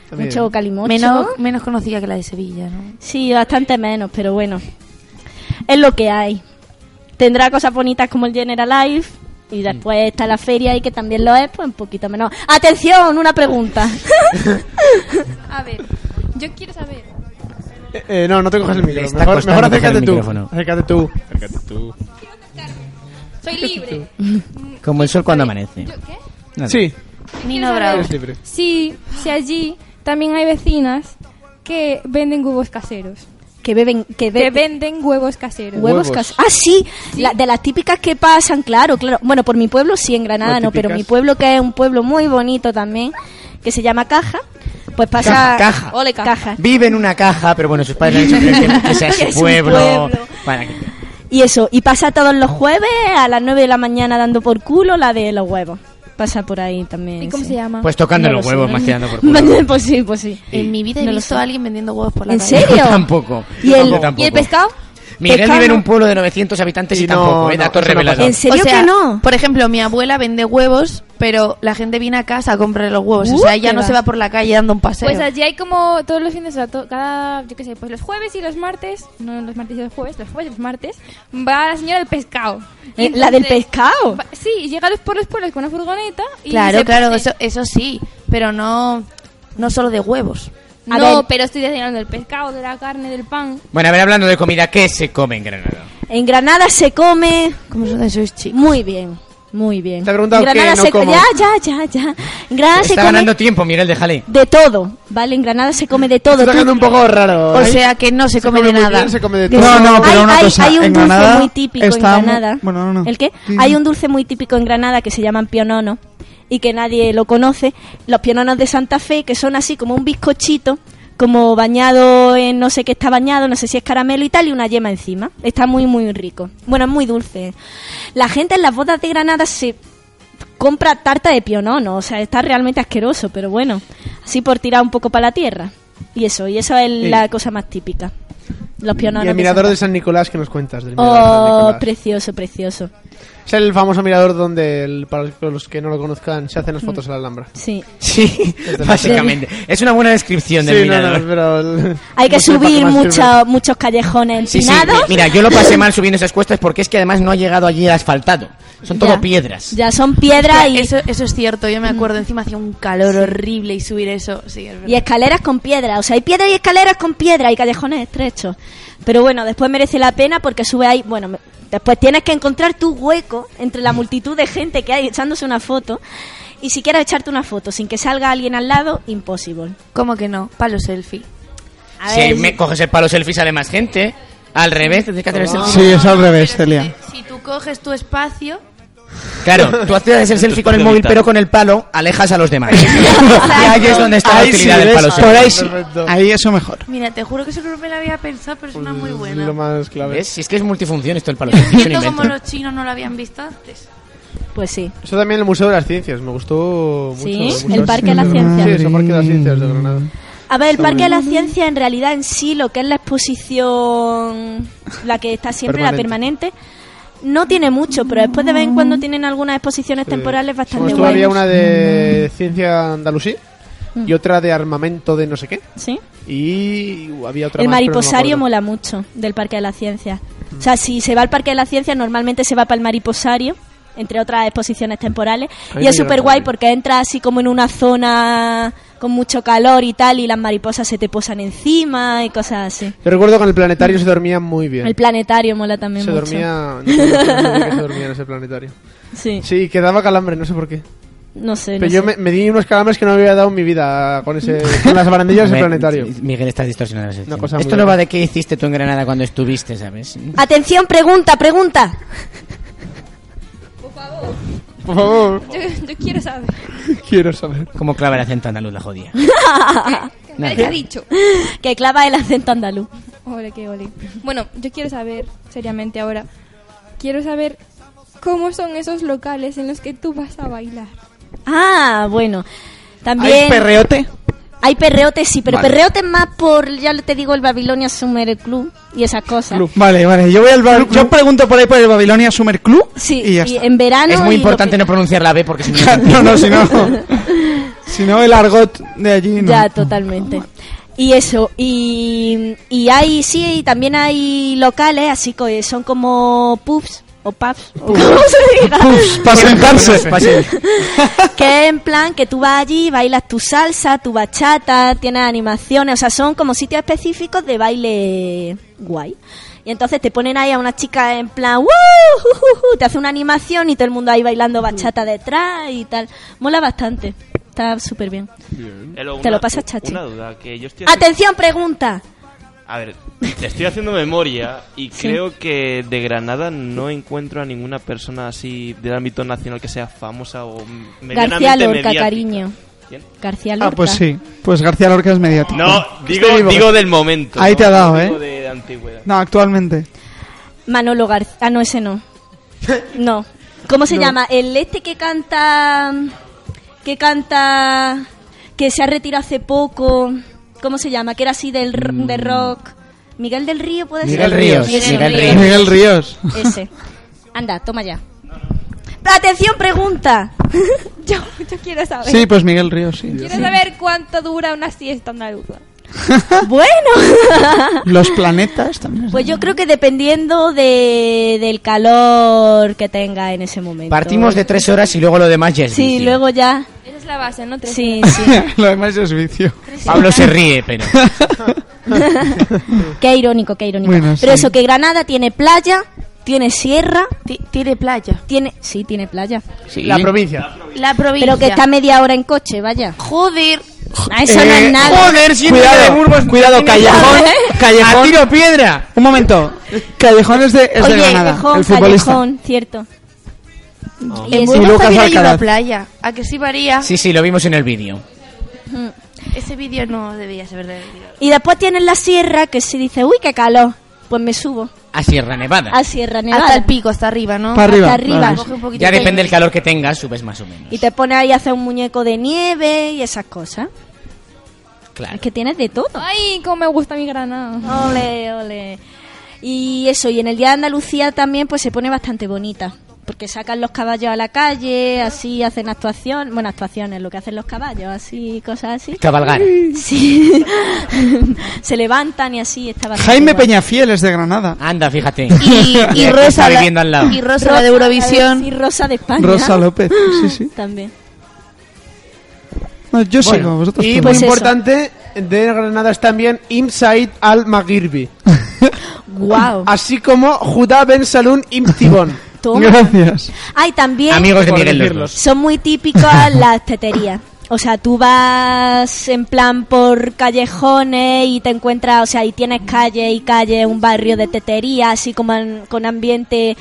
Speaker 6: También.
Speaker 5: Mucho calimocho.
Speaker 6: Menos, menos conocida que la de Sevilla, ¿no?
Speaker 5: Sí, bastante menos, pero bueno. Es lo que hay. Tendrá cosas bonitas como el General Life y después está la feria y que también lo es, pues un poquito menos. Atención, una pregunta.
Speaker 10: A ver, yo quiero saber.
Speaker 4: Eh, eh, no, no te cojas el micrófono.
Speaker 8: está
Speaker 4: Mejor,
Speaker 8: costando
Speaker 4: mejor
Speaker 8: coger el
Speaker 4: acércate tú.
Speaker 8: micrófono.
Speaker 4: Acércate tú.
Speaker 1: Acércate tú.
Speaker 10: Soy libre.
Speaker 8: Como el sol cuando amanece.
Speaker 10: ¿Qué?
Speaker 8: Nada.
Speaker 4: Sí.
Speaker 10: Quiero
Speaker 6: Nino Bravo.
Speaker 10: saber Si, si allí también hay vecinas que venden huevos caseros.
Speaker 5: Que beben que,
Speaker 10: Que
Speaker 5: beben
Speaker 10: venden huevos caseros.
Speaker 5: Huevos, cas- Ah, sí, la- de las típicas que pasan, claro, claro. Bueno, por mi pueblo sí, en Granada
Speaker 10: Las
Speaker 5: no, pero
Speaker 10: típicas.
Speaker 5: mi pueblo que es un pueblo muy bonito también, que se llama Caja, pues pasa...
Speaker 8: Caja, Caja.
Speaker 5: Ole, Caja.
Speaker 8: Vive en una caja, pero bueno, sus padres le han dicho que, que sea
Speaker 5: Que
Speaker 8: su
Speaker 5: es un
Speaker 8: pueblo,
Speaker 5: pueblo. Y eso, y pasa todos los jueves a las 9 de la mañana dando por culo la de los huevos. Pasa por ahí también.
Speaker 10: ¿Y cómo
Speaker 5: sí.
Speaker 10: se llama?
Speaker 11: Pues tocando
Speaker 5: No
Speaker 11: los
Speaker 5: lo
Speaker 11: huevos
Speaker 5: sé.
Speaker 11: más que dando por culo.
Speaker 5: pues sí, pues sí.
Speaker 6: En mi vida he
Speaker 5: No lo
Speaker 6: visto
Speaker 5: sé.
Speaker 6: a alguien vendiendo huevos por la
Speaker 5: ¿En
Speaker 6: calle.
Speaker 5: serio?
Speaker 11: Yo tampoco.
Speaker 5: ¿Y el,
Speaker 11: Yo tampoco.
Speaker 5: ¿y el pescado?
Speaker 11: Miguel
Speaker 5: Pescado
Speaker 11: vive en
Speaker 5: no.
Speaker 11: un pueblo de 900 habitantes y,
Speaker 4: Y no,
Speaker 11: tampoco, ¿eh?
Speaker 4: no,
Speaker 11: Datos
Speaker 4: eso no
Speaker 11: revelados.
Speaker 4: pasa.
Speaker 5: ¿En serio
Speaker 6: O sea,
Speaker 5: que no?
Speaker 6: Por ejemplo, mi abuela vende huevos, pero la gente viene a casa a comprar los huevos. o
Speaker 5: Uh,
Speaker 6: sea, ella
Speaker 5: qué
Speaker 6: no
Speaker 5: va.
Speaker 6: se va por la calle dando un paseo.
Speaker 10: Pues allí hay como todos los fines de semana, to- cada, yo qué sé, pues los jueves y los martes, no los martes y los jueves, los jueves y los martes, va la señora del pescado. Y
Speaker 5: Eh, ¿La del
Speaker 10: entonces-
Speaker 5: pescado?
Speaker 10: Va- Sí, y llega a los pueblos pueblos con una furgoneta y
Speaker 6: claro,
Speaker 10: se
Speaker 6: claro,
Speaker 10: pone-
Speaker 6: eso, eso sí, pero no, no solo de huevos.
Speaker 5: A
Speaker 10: no,
Speaker 5: ver.
Speaker 10: pero estoy hablando del pescado, de la carne, del pan.
Speaker 11: Bueno, a ver, hablando de comida, ¿qué se come en Granada?
Speaker 5: En Granada se come
Speaker 6: ¿Cómo son sois chicos?
Speaker 5: muy bien, muy bien.
Speaker 4: Te ha preguntado
Speaker 5: En Granada
Speaker 4: qué, no
Speaker 5: se
Speaker 4: cómo.
Speaker 5: Ya, ya, ya, ya. En Granada Ah, se
Speaker 11: Está
Speaker 5: come
Speaker 11: ganando tiempo, Miguel, déjale.
Speaker 5: de todo, ¿vale? En Granada se come de todo.
Speaker 4: Está
Speaker 5: Tú-
Speaker 4: quedando un poco raro.
Speaker 6: O
Speaker 4: ¿eh?
Speaker 6: sea, que no se, come, de
Speaker 4: muy
Speaker 6: nada.
Speaker 4: bien, se come de todo.
Speaker 9: No, no, pero
Speaker 5: hay,
Speaker 9: una
Speaker 5: hay-
Speaker 9: cosa.
Speaker 5: hay un
Speaker 9: en
Speaker 5: dulce
Speaker 9: Granada
Speaker 5: muy típico en
Speaker 9: está mu-
Speaker 5: Granada.
Speaker 9: Bueno, no, no.
Speaker 5: ¿El qué?
Speaker 9: Sí,
Speaker 5: Hay
Speaker 9: sí.
Speaker 5: un dulce muy típico en Granada que se llaman piononos y que nadie lo conoce. Los piononos de Santa Fe, que son así como un bizcochito, como bañado en no sé qué está bañado, no sé si es caramelo y tal, y una yema encima. Está muy, muy rico. Bueno, es muy dulce. La gente en las bodas de Granada se compra tarta de pionono, o sea, está realmente asqueroso, pero bueno, así por tirar un poco para la tierra. Y eso, y eso es la cosa más típica. Los piononos.
Speaker 4: Y el
Speaker 5: de
Speaker 4: mirador
Speaker 5: Santa
Speaker 4: de San Nicolás que nos cuentas del mirador de San
Speaker 5: Oh,
Speaker 4: Nicolás.
Speaker 5: precioso, precioso.
Speaker 4: Es el famoso mirador donde, el- para los que no lo conozcan, se hacen las fotos a la Alhambra.
Speaker 5: Sí.
Speaker 11: Sí,
Speaker 4: la
Speaker 11: básicamente. Es una buena descripción ¿eh? del
Speaker 4: Sí, no,
Speaker 11: mirador.
Speaker 4: no, pero el-
Speaker 5: Hay que
Speaker 4: no sé para qué
Speaker 5: subir
Speaker 4: más
Speaker 5: mucha- muchos callejones
Speaker 11: Sí, sí,
Speaker 5: empinados.
Speaker 11: mi- mira, yo lo pasé mal subiendo esas cuestas porque es que además no ha llegado allí el asfaltado. Son todo
Speaker 5: Ya.
Speaker 11: piedras.
Speaker 5: Ya son piedras y,
Speaker 6: Eso, eso es cierto, yo me acuerdo, encima hacía un calor horrible y subir eso, sí, es verdad.
Speaker 5: y escaleras con piedra. O sea, hay piedras y escaleras con piedra y callejones estrechos. Pero bueno, después merece la pena porque sube ahí. Bueno, me- después tienes que encontrar tu hueco entre la multitud de gente que hay echándose una foto. Y si quieres echarte una foto sin que salga alguien al lado, imposible.
Speaker 6: ¿Cómo que no? Palo selfie.
Speaker 5: A
Speaker 11: si
Speaker 5: ver,
Speaker 11: me coges el palo selfie sale más gente. Al revés, tienes que hacer el selfie.
Speaker 9: Sí, es al revés,
Speaker 6: Pero
Speaker 9: Celia.
Speaker 6: Si, si tú coges tu espacio,
Speaker 11: Claro, tú haces el selfie con el móvil, pero con el palo alejas a los demás. y ahí es donde está la
Speaker 9: Ahí sí,
Speaker 11: utilidad del
Speaker 9: ¿ves?
Speaker 11: palo
Speaker 9: Por
Speaker 11: selfie.
Speaker 9: ahí sí.
Speaker 4: Perfecto.
Speaker 9: Ahí eso mejor.
Speaker 6: mira, te juro que eso no me lo había pensado, pero es una muy
Speaker 4: Es
Speaker 6: buena.
Speaker 4: lo más clave.
Speaker 11: ¿Ves? Si es que es multifunción esto el palo selfie. es un
Speaker 6: Siento como
Speaker 11: invento.
Speaker 6: los chinos no lo habían visto antes.
Speaker 5: pues sí.
Speaker 4: Eso también el Museo de las Ciencias, me gustó mucho.
Speaker 5: Sí,
Speaker 4: Museo
Speaker 5: el Parque de las
Speaker 4: Ciencias.
Speaker 5: Ciencias.
Speaker 4: Sí, es el Parque de las Ciencias de Granada.
Speaker 5: A ver, el Parque de la Ciencia en realidad en sí, lo que es la exposición, la que está siempre, la
Speaker 4: Permanente.
Speaker 5: permanente, no tiene mucho, pero después de vez en cuando tienen algunas exposiciones temporales
Speaker 4: Como
Speaker 5: bastante
Speaker 4: estuvo,
Speaker 5: guay.
Speaker 4: había Pues una de
Speaker 5: Mm.
Speaker 4: Ciencia Andalusí y otra de armamento de no sé qué.
Speaker 5: ¿Sí?
Speaker 4: Y había otra
Speaker 5: El
Speaker 4: más, pero no me
Speaker 5: mariposario
Speaker 4: acuerdo. Mm.
Speaker 5: mola mucho del Parque de la Ciencia. O sea, si se va al Parque de la Ciencia, normalmente se va para el mariposario, entre otras exposiciones temporales.
Speaker 4: A mí
Speaker 5: Y
Speaker 4: me
Speaker 5: es
Speaker 4: llega
Speaker 5: súper guay
Speaker 4: también.
Speaker 5: porque entra así como en una zona con mucho calor y tal, y las mariposas se te posan encima y cosas así.
Speaker 4: Yo recuerdo que en el planetario se dormía muy bien.
Speaker 5: El planetario mola también
Speaker 4: se
Speaker 5: Mm. mucho.
Speaker 4: dormía. No, sé por qué se dormía en ese planetario.
Speaker 5: Sí,
Speaker 4: Sí, quedaba calambre, no sé por qué.
Speaker 5: no sé. no
Speaker 4: Pero yo
Speaker 5: sé.
Speaker 4: me, me di unos calambres que no había dado en mi vida con, ese, con las barandillas del
Speaker 11: Hombre,
Speaker 4: planetario.
Speaker 11: Miguel, estás distorsionando la sección.
Speaker 4: Una cosa
Speaker 11: Esto
Speaker 4: muy
Speaker 11: no va
Speaker 4: grave.
Speaker 11: de qué hiciste tú en Granada cuando estuviste, ¿sabes?
Speaker 5: Atención, pregunta, pregunta.
Speaker 4: Por favor,
Speaker 10: Yo, yo quiero saber.
Speaker 4: quiero saber.
Speaker 11: Como clava el acento andaluz la jodía. Nada.
Speaker 10: ¿Qué ha dicho?
Speaker 5: Que clava el acento andaluz.
Speaker 10: Ole, qué ole. Bueno, yo quiero saber, seriamente ahora, quiero saber cómo son esos locales en los que tú vas a bailar.
Speaker 5: Ah, bueno.
Speaker 9: ¿Hay
Speaker 5: También
Speaker 9: perreote?
Speaker 5: hay perreotes, sí, pero
Speaker 11: Vale.
Speaker 5: perreotes más por, ya te digo, el Babilonia Summer Club y esas cosas.
Speaker 9: Vale, vale. Yo voy al bar- Yo pregunto por ahí por el Babilonia Summer Club.
Speaker 5: Sí,
Speaker 9: y
Speaker 5: y
Speaker 9: ya está.
Speaker 5: en verano.
Speaker 11: Es muy
Speaker 5: y lo
Speaker 11: importante
Speaker 5: que-
Speaker 11: no pronunciar la B porque si no...
Speaker 9: no, no, si no. Si no, el argot de allí. No.
Speaker 5: Ya, totalmente. Y eso, y, y hay, sí, y también hay locales, así que son como pubs o pubs, o como se diga.
Speaker 9: Puffs, para sentarse.
Speaker 5: que en plan que tú vas allí, bailas tu salsa, tu bachata, tienes animaciones, o sea, son como sitios específicos de baile guay. Y entonces te ponen ahí a una chica en plan, "Woo, ju, ju, ju", te hace una animación y todo el mundo ahí bailando bachata detrás y tal. Mola bastante, está súper bien.
Speaker 12: Elo,
Speaker 5: Te
Speaker 12: una-
Speaker 5: lo pasas, chachi. Ah,
Speaker 12: Una duda, que yo estoy... haciendo-
Speaker 5: Atención, pregunta.
Speaker 12: A ver, estoy haciendo memoria y
Speaker 5: Sí.
Speaker 12: creo que de Granada no encuentro a ninguna persona así del ámbito nacional que sea famosa o m- medianamente
Speaker 5: García Lorca,
Speaker 12: mediática.
Speaker 5: cariño.
Speaker 12: ¿Quién?
Speaker 5: García
Speaker 9: Ah,
Speaker 5: Lorca.
Speaker 9: pues sí. Pues García Lorca es mediático.
Speaker 12: No, digo,
Speaker 9: Estoy vivo.
Speaker 12: digo del momento.
Speaker 9: Ahí
Speaker 12: ¿no?
Speaker 9: te ha dado,
Speaker 12: Digo
Speaker 9: ¿eh?
Speaker 12: de antigüedad.
Speaker 9: No, actualmente.
Speaker 5: Manolo García. Ah, no, ese no. No. ¿Cómo se
Speaker 6: No.
Speaker 5: llama? El este que canta. Que canta. Que se ha retirado hace poco. ¿Cómo se llama? Que era así del r- de rock. Miguel del Río puede
Speaker 4: Miguel
Speaker 5: ser.
Speaker 4: Ríos, Miguel Ríos. Miguel Ríos.
Speaker 5: Ese. Anda, toma ya. Atención, pregunta.
Speaker 10: Yo, yo quiero saber.
Speaker 9: Sí, pues Miguel Ríos, sí.
Speaker 10: Quiero saber cuánto dura una siesta andaluza.
Speaker 5: bueno.
Speaker 9: Los planetas también.
Speaker 5: Pues yo creo que dependiendo de, del calor que tenga en ese momento.
Speaker 3: Partimos de tres horas y luego lo demás ya es
Speaker 5: Sí,
Speaker 3: vicio.
Speaker 5: luego ya.
Speaker 10: Esa es la base, ¿no? Tres
Speaker 5: Sí,
Speaker 10: horas.
Speaker 5: sí.
Speaker 9: Lo demás es vicio.
Speaker 3: Pablo se ríe, pero.
Speaker 5: qué irónico, qué irónico.
Speaker 9: Bueno,
Speaker 5: Pero
Speaker 9: sí.
Speaker 5: eso, que Granada tiene playa, tiene sierra. Tiene playa. Tiene, sí, tiene playa.
Speaker 11: La provincia.
Speaker 6: La provincia.
Speaker 5: Pero que está media hora en coche, vaya.
Speaker 6: Joder.
Speaker 5: Ah, eso no
Speaker 11: Eh,
Speaker 5: es nada.
Speaker 11: Joder, si
Speaker 9: Cuidado,
Speaker 11: cuidado, de Burgos,
Speaker 9: cuidado,
Speaker 11: tiene-
Speaker 9: callejón, callejón.
Speaker 11: A tiro piedra.
Speaker 9: Un momento. Callejón es de, es de
Speaker 5: Oye,
Speaker 9: Granada,
Speaker 5: Callejón,
Speaker 9: el futbolista.
Speaker 5: Callejón, cierto.
Speaker 6: Y en
Speaker 9: Y
Speaker 6: Burgos
Speaker 9: Lucas
Speaker 6: también hay una
Speaker 9: Alcaraz.
Speaker 6: playa. ¿A que sí varía?
Speaker 3: Sí, sí, lo vimos en el vídeo.
Speaker 6: Mm. Ese vídeo no debía ser verdadero.
Speaker 5: Y después tienes la sierra que si dice, uy, qué calor, pues me subo
Speaker 3: A Sierra Nevada.
Speaker 5: a Sierra Nevada.
Speaker 6: Hasta el pico, hasta arriba, ¿no?
Speaker 3: Pa' arriba,
Speaker 5: Hasta arriba.
Speaker 3: vamos. Ya depende del calor que tengas, subes más o menos.
Speaker 5: Y te pones ahí a hacer un muñeco de nieve y esas cosas.
Speaker 3: Claro.
Speaker 5: Es que tienes de todo.
Speaker 10: Ay, cómo me gusta mi granada.
Speaker 5: Ole, ole. Y eso, y en el Día de Andalucía también pues se pone bastante bonita. Porque sacan los caballos a la calle, así hacen actuación, bueno, actuaciones, lo que hacen los caballos, así, cosas así.
Speaker 3: Cabalgar.
Speaker 5: Sí. se levantan y así está bastante
Speaker 9: Jaime
Speaker 5: guay.
Speaker 9: Peñafiel es de Granada.
Speaker 3: Anda, fíjate.
Speaker 6: Y, y
Speaker 3: Está
Speaker 6: Rosa, la,
Speaker 3: viviendo al lado.
Speaker 6: y Rosa, la de
Speaker 5: Y
Speaker 6: Eurovisión.
Speaker 5: Rosa de España.
Speaker 9: Rosa López, sí, sí.
Speaker 5: También.
Speaker 9: No, yo
Speaker 4: Bueno,
Speaker 9: sigo, vosotros
Speaker 4: y
Speaker 9: tú.
Speaker 4: muy
Speaker 5: eso.
Speaker 4: importante, de Granada es también Inside Al Maghirbi,
Speaker 5: Wow.
Speaker 4: así como Judá Ben Salún Imtibón.
Speaker 5: Toma.
Speaker 9: Gracias.
Speaker 5: Ay, también.
Speaker 3: Amigos de
Speaker 4: Por
Speaker 3: Miguel los
Speaker 4: decirlos.
Speaker 3: dos.
Speaker 5: Son muy típicas las teterías. O sea, tú vas en plan por callejones y te encuentras, o sea, y tienes calle y calle, un barrio de tetería, así como en- con ambiente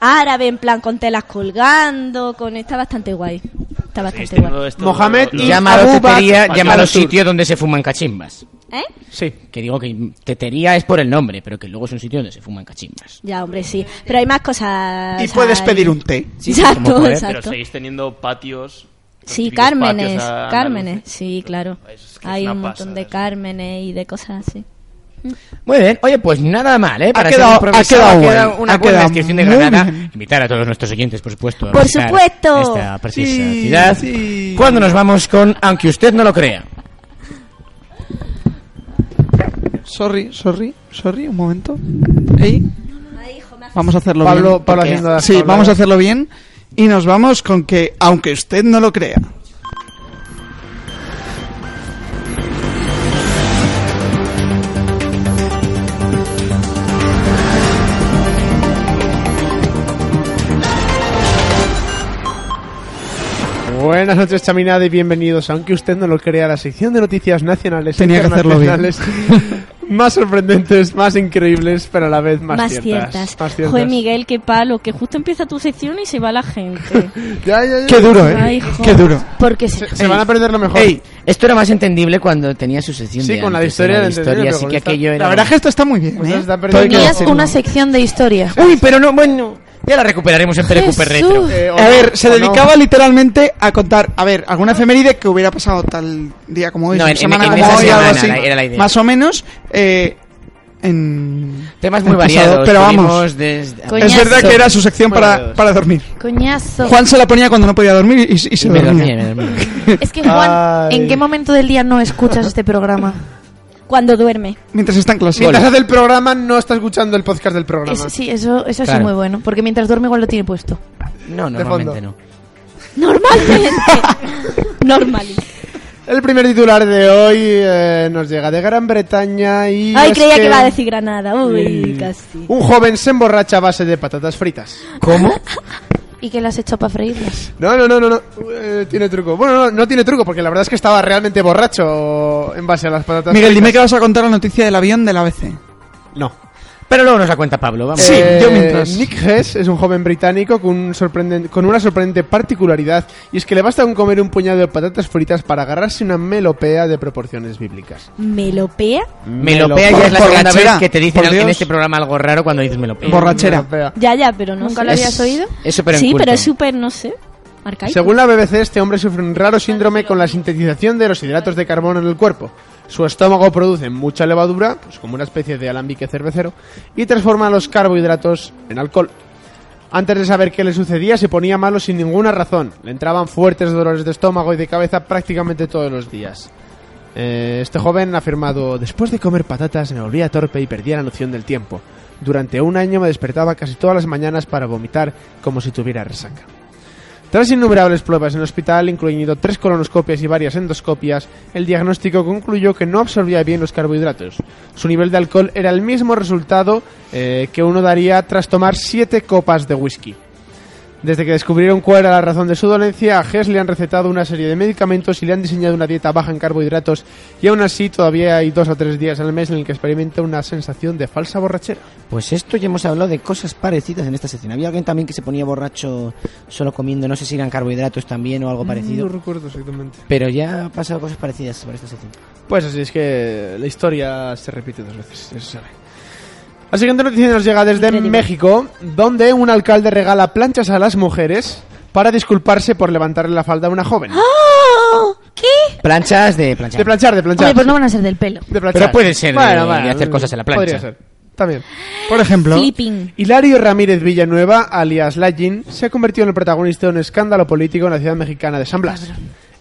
Speaker 5: árabe, en plan con telas colgando, con está bastante guay. Está bastante guay.
Speaker 4: Mohamed y
Speaker 3: Llámalo
Speaker 4: Abu Bakr
Speaker 3: tetería,
Speaker 4: Al
Speaker 3: llámalo
Speaker 4: Sur.
Speaker 3: sitio donde se fuman cachimbas.
Speaker 5: ¿Eh?
Speaker 4: Sí.
Speaker 3: Que digo que tetería es por el nombre, pero que luego es un sitio donde se fuman cachimbas.
Speaker 5: Ya, hombre, sí. Pero hay más cosas.
Speaker 9: Y puedes
Speaker 5: hay-
Speaker 9: pedir un té.
Speaker 3: Sí, sí,
Speaker 5: exacto,
Speaker 3: como poder, pero
Speaker 12: Pero
Speaker 5: exacto.
Speaker 12: seguís teniendo patios. los
Speaker 5: Sí,
Speaker 12: típicos
Speaker 5: Cármenes,
Speaker 12: patios a-
Speaker 5: Cármenes,
Speaker 12: andaluces.
Speaker 5: sí, claro.
Speaker 12: Es que es
Speaker 5: Hay
Speaker 12: una
Speaker 5: un montón
Speaker 12: pasada,
Speaker 5: de
Speaker 12: eso.
Speaker 5: Cármenes y de cosas así.
Speaker 3: Muy bien, oye, pues nada mal, ¿eh? Para
Speaker 9: quedado-
Speaker 3: ser
Speaker 9: ha
Speaker 3: improvisado,
Speaker 9: quedado
Speaker 3: ha quedado
Speaker 9: bueno,
Speaker 3: una
Speaker 9: ha
Speaker 3: buena
Speaker 9: quedado
Speaker 3: descripción de
Speaker 9: muy
Speaker 3: Granada.
Speaker 9: bien.
Speaker 3: Invitar a todos nuestros oyentes, por supuesto. a
Speaker 5: Por
Speaker 3: visitar
Speaker 5: supuesto.
Speaker 3: Esta preciosa
Speaker 9: Sí,
Speaker 3: ciudad.
Speaker 9: sí.
Speaker 3: Cuando nos vamos con, aunque usted no lo crea.
Speaker 9: Sorry, sorry, sorry, un momento. Ey, vamos a hacerlo
Speaker 4: Pablo-
Speaker 9: bien.
Speaker 4: Pablo
Speaker 9: porque-
Speaker 4: haciendo las
Speaker 9: Sí,
Speaker 4: tabladas.
Speaker 9: vamos a hacerlo bien. Y nos vamos con que, aunque usted no lo crea.
Speaker 4: Buenas noches, Chaminada, y bienvenidos, aunque usted no lo crea, a la sección de noticias nacionales e
Speaker 9: Tenía que hacerlo bien.
Speaker 4: internacionales más sorprendentes, más increíbles, pero a la vez más,
Speaker 5: más
Speaker 4: ciertas.
Speaker 5: ciertas.
Speaker 4: Más ciertas.
Speaker 5: Joder, Miguel, qué palo, que justo empieza tu sección y se va la gente.
Speaker 4: Ya, ya, ya.
Speaker 9: Qué duro, ¿eh?
Speaker 5: Ay, hijo.
Speaker 9: Qué duro.
Speaker 6: Porque se...
Speaker 4: Se van a perder lo mejor.
Speaker 3: Ey, esto era más entendible cuando tenía su sección
Speaker 4: Sí,
Speaker 3: de
Speaker 4: con la
Speaker 3: antes,
Speaker 4: historia
Speaker 3: era
Speaker 4: lo
Speaker 3: de historia,
Speaker 4: entendible,
Speaker 3: así
Speaker 4: pero
Speaker 3: que
Speaker 4: está-
Speaker 3: aquello era...
Speaker 9: La verdad es que esto está muy bien.
Speaker 4: Ustedes
Speaker 9: ¿eh?
Speaker 4: están perdiendo
Speaker 9: Todo hay que
Speaker 4: el
Speaker 6: Tenías
Speaker 9: decirlo.
Speaker 6: una sección de historia.
Speaker 3: Uy, pero no, bueno, ya la recuperaremos en Perecuper Retro.
Speaker 6: Jesús.
Speaker 4: Eh, o
Speaker 9: A
Speaker 4: no,
Speaker 9: ver, se
Speaker 4: o no.
Speaker 9: dedicaba literalmente a contar, a ver, alguna efeméride que hubiera pasado tal día como hoy,
Speaker 3: No, en-
Speaker 9: semana
Speaker 3: en- en
Speaker 9: como
Speaker 3: esa
Speaker 9: hoy,
Speaker 3: semana
Speaker 9: algo así.
Speaker 3: era- era la idea.
Speaker 9: Más o menos, eh, en...
Speaker 3: Temas muy
Speaker 9: el pasado,
Speaker 3: variados,
Speaker 9: pero vamos,
Speaker 3: tuvimos desde-
Speaker 6: Coño,
Speaker 9: es
Speaker 6: Coñazo.
Speaker 9: verdad que era su sección para, para dormir.
Speaker 6: Coñazo.
Speaker 9: Juan se la ponía cuando no podía dormir y, y se
Speaker 3: Y me
Speaker 9: dormía.
Speaker 3: dormí, me dormí.
Speaker 6: Es que Juan,
Speaker 4: Ay.
Speaker 6: ¿en qué momento del día no escuchas este programa?
Speaker 5: Cuando duerme.
Speaker 9: Mientras está en clase.
Speaker 4: Mientras hace el programa, no está escuchando el podcast del programa.
Speaker 6: Es- sí, eso, eso sí
Speaker 3: Claro.
Speaker 6: muy bueno. Porque mientras duerme igual lo tiene puesto.
Speaker 3: No,
Speaker 4: De
Speaker 3: normalmente no.
Speaker 4: fondo.
Speaker 5: Normalmente. Normalmente.
Speaker 4: El primer titular de hoy eh, nos llega de Gran Bretaña y.
Speaker 5: Ay,
Speaker 4: es
Speaker 5: creía que... iba a decir Granada. Oh, Uy, casi.
Speaker 4: Un joven se emborracha a base de patatas fritas.
Speaker 3: ¿Cómo?
Speaker 6: ¿Y qué le has hecho para freírlas?
Speaker 4: No, no, no, no, no. Eh, tiene truco. Bueno, no, no tiene truco, porque la verdad es que estaba realmente borracho en base a las patatas.
Speaker 9: Miguel, dime que
Speaker 4: fritas.
Speaker 9: vas a contar la noticia del avión del ABC.
Speaker 4: No.
Speaker 3: Pero luego nos la cuenta Pablo, vamos.
Speaker 9: Sí, yo mientras.
Speaker 4: Eh, Nick Hess es un joven británico con, un sorprenden- con una sorprendente particularidad y es que le basta con comer un puñado de patatas fritas para agarrarse una melopea de proporciones bíblicas.
Speaker 5: ¿Melopea?
Speaker 4: Mm.
Speaker 3: Melopea ya es la
Speaker 4: Por-
Speaker 3: segunda
Speaker 4: borrachera,
Speaker 3: vez que te dicen
Speaker 4: por
Speaker 3: en
Speaker 4: Dios.
Speaker 3: este programa algo raro cuando dices melopea.
Speaker 4: Borrachera.
Speaker 5: Ya, ya, pero no
Speaker 6: ¿Nunca
Speaker 5: sé.
Speaker 6: lo habías
Speaker 5: Es-
Speaker 6: oído?
Speaker 3: Eso pero en
Speaker 5: Sí,
Speaker 3: culto.
Speaker 5: pero es súper, no sé, arcaico.
Speaker 4: Según la BBC, este hombre sufre un raro síndrome con la sintetización de los hidratos de carbono en el cuerpo. Su estómago produce mucha levadura, pues como una especie de alambique cervecero, y transforma los carbohidratos en alcohol. Antes de saber qué le sucedía, se ponía malo sin ninguna razón. Le entraban fuertes dolores de estómago y de cabeza prácticamente todos los días. Eh, este joven ha afirmado, después de comer patatas me volvía torpe y perdía la noción del tiempo. Durante un año me despertaba casi todas las mañanas para vomitar como si tuviera resaca. Tras innumerables pruebas en el hospital, incluyendo tres colonoscopias y varias endoscopias, el diagnóstico concluyó que no absorbía bien los carbohidratos. Su nivel de alcohol era el mismo resultado eh, que uno daría tras tomar siete copas de whisky. Desde que descubrieron cuál era la razón de su dolencia, a Hess le han recetado una serie de medicamentos y le han diseñado una dieta baja en carbohidratos y aún así todavía hay dos o tres días al mes en el que experimenta una sensación de falsa borrachera.
Speaker 8: Pues esto ya hemos hablado de cosas parecidas en esta sección. Había alguien también que se ponía borracho solo comiendo, no sé si eran carbohidratos también
Speaker 9: Mm,
Speaker 8: o algo parecido.
Speaker 4: Mm, No recuerdo exactamente.
Speaker 8: Pero ya han pasado cosas parecidas por esta sección.
Speaker 4: Pues así es que la historia se repite dos veces, eso se sabe. La siguiente noticia nos llega desde México, donde un alcalde regala planchas a las mujeres para disculparse por levantarle la falda a una joven.
Speaker 5: Oh.
Speaker 6: ¿Qué?
Speaker 3: Planchas de planchar.
Speaker 4: De planchar, de planchar.
Speaker 6: Hombre, pues no van a ser del pelo.
Speaker 4: De planchar.
Speaker 3: Pero puede ser de- de hacer cosas en la plancha.
Speaker 4: Podría ser. También. Por ejemplo,
Speaker 5: Flipping.
Speaker 4: Hilario Ramírez Villanueva, alias Lajin, se ha convertido en el protagonista de un escándalo político en la ciudad mexicana de San Blas.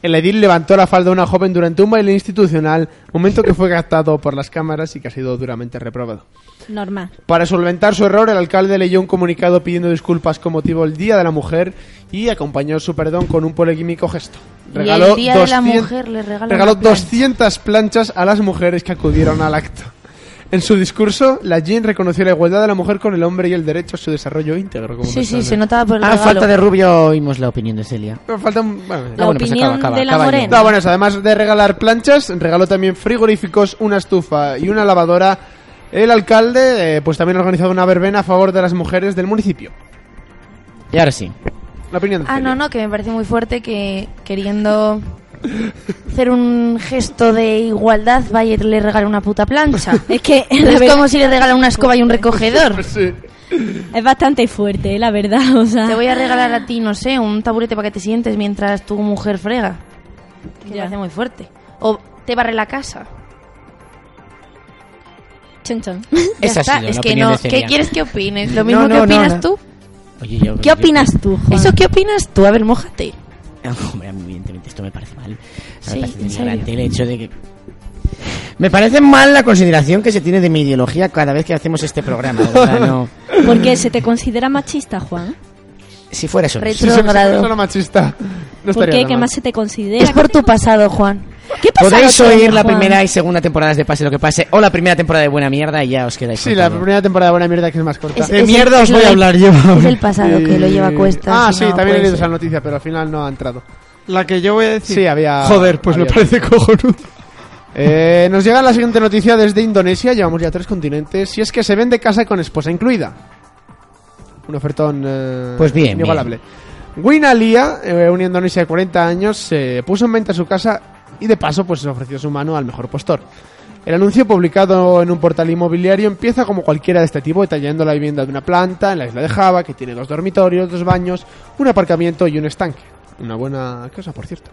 Speaker 4: El edil levantó la falda a una joven durante un baile institucional, momento que fue captado por las cámaras y que ha sido duramente reprobado.
Speaker 5: Normal.
Speaker 4: Para solventar su error, el alcalde leyó un comunicado pidiendo disculpas con motivo del Día de la Mujer y acompañó su perdón con un polémico gesto.
Speaker 6: y el día de la
Speaker 4: 200
Speaker 6: mujer le regaló
Speaker 4: Regaló 200 planchas a las mujeres que acudieron al acto. En su discurso, la Jean reconoció la igualdad de la mujer con el hombre y el derecho a su desarrollo íntegro. Como
Speaker 6: Sí, sí,
Speaker 4: persona.
Speaker 6: se notaba por el
Speaker 3: Ah,
Speaker 6: regalo.
Speaker 3: falta de rubio oímos la opinión de Celia.
Speaker 4: Pero falta un- bueno,
Speaker 3: La bueno, pues opinión acaba, acaba, de la acaba ya. morena.
Speaker 4: No, bueno, eso, además de regalar planchas, regaló también frigoríficos, una estufa y una lavadora. El alcalde, eh, pues también ha organizado una verbena a favor de las mujeres del municipio.
Speaker 3: Y ahora sí.
Speaker 4: La opinión de
Speaker 6: Ah,
Speaker 4: Celia.
Speaker 6: no, no, que me parece muy fuerte que queriendo hacer un gesto de igualdad vaya y le regala una puta plancha.
Speaker 5: Es que la
Speaker 6: es
Speaker 5: verdad-
Speaker 6: como si le regala una escoba y un recogedor.
Speaker 5: Es bastante fuerte, eh, la verdad. O sea,
Speaker 6: Te voy a regalar a ti, no sé, un taburete para que te sientes mientras tu mujer frega. Que Me
Speaker 5: Ya.
Speaker 6: parece muy fuerte. O te barre la casa.
Speaker 5: chon, chon.
Speaker 6: Ya
Speaker 3: Esa ha
Speaker 6: está.
Speaker 3: sido la
Speaker 6: es que
Speaker 3: opinión
Speaker 6: no.
Speaker 3: de Celia.
Speaker 6: ¿Qué quieres que opines? Lo
Speaker 3: No,
Speaker 6: mismo
Speaker 3: no,
Speaker 6: que
Speaker 3: no,
Speaker 6: opinas
Speaker 3: no.
Speaker 6: tú.
Speaker 3: Oye, yo-
Speaker 5: ¿Qué
Speaker 3: yo-
Speaker 5: opinas tú, Juan?
Speaker 6: ¿Eso qué opinas tú? A ver, mójate.
Speaker 3: Hombre, a mí, evidentemente esto me parece mal.
Speaker 6: Sí,
Speaker 3: me
Speaker 6: en
Speaker 3: parece
Speaker 6: serio.
Speaker 3: denigrante el hecho de que... Me parece mal la consideración que se tiene de mi ideología cada vez que hacemos este programa. de verdad, no.
Speaker 5: ¿Por qué? ¿Se te considera machista, Juan?
Speaker 3: Si fuera eso.
Speaker 4: Si se fuese
Speaker 6: Retrógrado.
Speaker 4: persona machista, no
Speaker 5: ¿Por qué?
Speaker 4: estaría nada
Speaker 5: ¿Qué
Speaker 4: mal.
Speaker 5: más se te considera?
Speaker 6: Es por tu pasado, Juan.
Speaker 5: ¿Qué pasa?
Speaker 3: Podéis
Speaker 5: doctor
Speaker 3: oír la
Speaker 5: Juan?
Speaker 3: primera y segunda temporadas de Pase lo que pase o la primera temporada de Buena Mierda y ya os quedáis.
Speaker 4: Sí,
Speaker 3: con
Speaker 4: la
Speaker 3: todo.
Speaker 4: primera temporada de Buena Mierda que es más corta.
Speaker 6: Es- es el- es lo del- Es el pasado que lo lleva a
Speaker 4: Y-
Speaker 6: cuestas.
Speaker 4: Ah,
Speaker 6: y
Speaker 4: sí,
Speaker 6: no
Speaker 4: también he
Speaker 6: puede
Speaker 4: leído
Speaker 6: ser.
Speaker 4: esa noticia, pero al final no ha entrado.
Speaker 9: La que yo voy a decir.
Speaker 4: Sí, había.
Speaker 9: Joder, pues me
Speaker 4: había-
Speaker 9: parece cojonudo.
Speaker 4: Eh, nos llega la siguiente noticia desde Indonesia, llevamos ya tres continentes, y es que se vende casa con esposa incluida. Un ofertón eh,
Speaker 3: Pues bien,
Speaker 4: inigualable. Wina Lia, eh, una indonesia de 40 años, se puso en venta su casa y de paso pues ofreció su mano al mejor postor. El anuncio publicado en un portal inmobiliario empieza como cualquiera de este tipo, detallando la vivienda de una planta en la isla de Java, que tiene dos dormitorios, dos baños, un aparcamiento y un estanque. Una buena cosa, por cierto.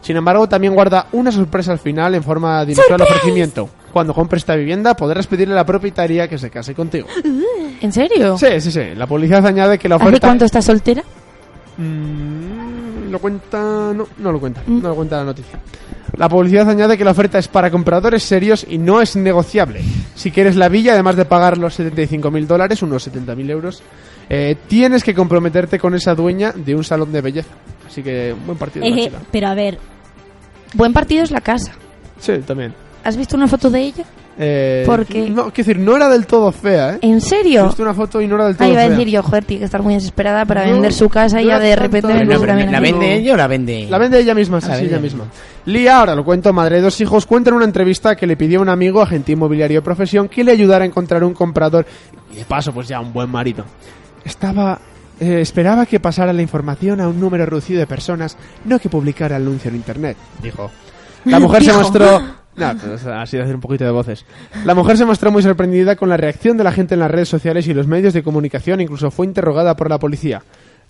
Speaker 4: Sin embargo, también guarda una sorpresa al final en forma de inusual ofrecimiento. Cuando compres esta vivienda, podrás pedirle a la propietaria que se case contigo.
Speaker 6: ¿En serio?
Speaker 4: Sí, sí, sí. La publicidad añade que la
Speaker 6: ¿Hace
Speaker 4: oferta...
Speaker 6: cuánto estás soltera?
Speaker 4: Mm, lo cuenta... No, no lo cuenta.
Speaker 6: Mm.
Speaker 4: No lo cuenta la noticia. La publicidad añade que la oferta es para compradores serios y no es negociable. Si quieres la villa, además de pagar los 75.000 dólares, unos 70.000 euros, eh, tienes que comprometerte con esa dueña de un salón de belleza. Así que, buen partido. de la
Speaker 5: Eje,
Speaker 4: chica.
Speaker 5: Eh, pero a ver,
Speaker 6: Buen partido es la casa.
Speaker 4: Sí, también.
Speaker 6: ¿Has visto una foto de ella?
Speaker 4: Eh,
Speaker 6: ¿Por qué?
Speaker 4: No, quiero decir, no era del todo fea, ¿eh.
Speaker 6: ¿En serio?
Speaker 4: Viste una foto y no era del todo
Speaker 6: Ahí iba a
Speaker 4: fea.
Speaker 6: decir yo, joder, tiene que estar muy desesperada para
Speaker 4: No,
Speaker 6: vender su casa y
Speaker 4: no
Speaker 6: ya
Speaker 4: era
Speaker 6: de
Speaker 4: tanto
Speaker 6: repente
Speaker 4: de-
Speaker 6: vende
Speaker 4: La-
Speaker 6: una mina.
Speaker 4: la vende
Speaker 8: ella o la vende?
Speaker 4: La vende ella misma, sí,
Speaker 8: La
Speaker 4: sí,
Speaker 8: vende
Speaker 4: ella
Speaker 8: ella.
Speaker 4: misma. Lía, ahora lo cuento, madre de dos hijos, cuenta en una entrevista que le pidió a un amigo, agente inmobiliario de profesión, que le ayudara a encontrar un comprador y de paso, pues ya un buen marido. Estaba. eh, esperaba que pasara la información a un número reducido de personas, no que publicara el anuncio en internet, dijo. La mujer se
Speaker 14: Dijo.
Speaker 4: mostró. No, pues, así de hacer un poquito de voces. La mujer se mostró muy sorprendida con la reacción de la gente en las redes sociales y los medios de comunicación, incluso fue interrogada por la policía.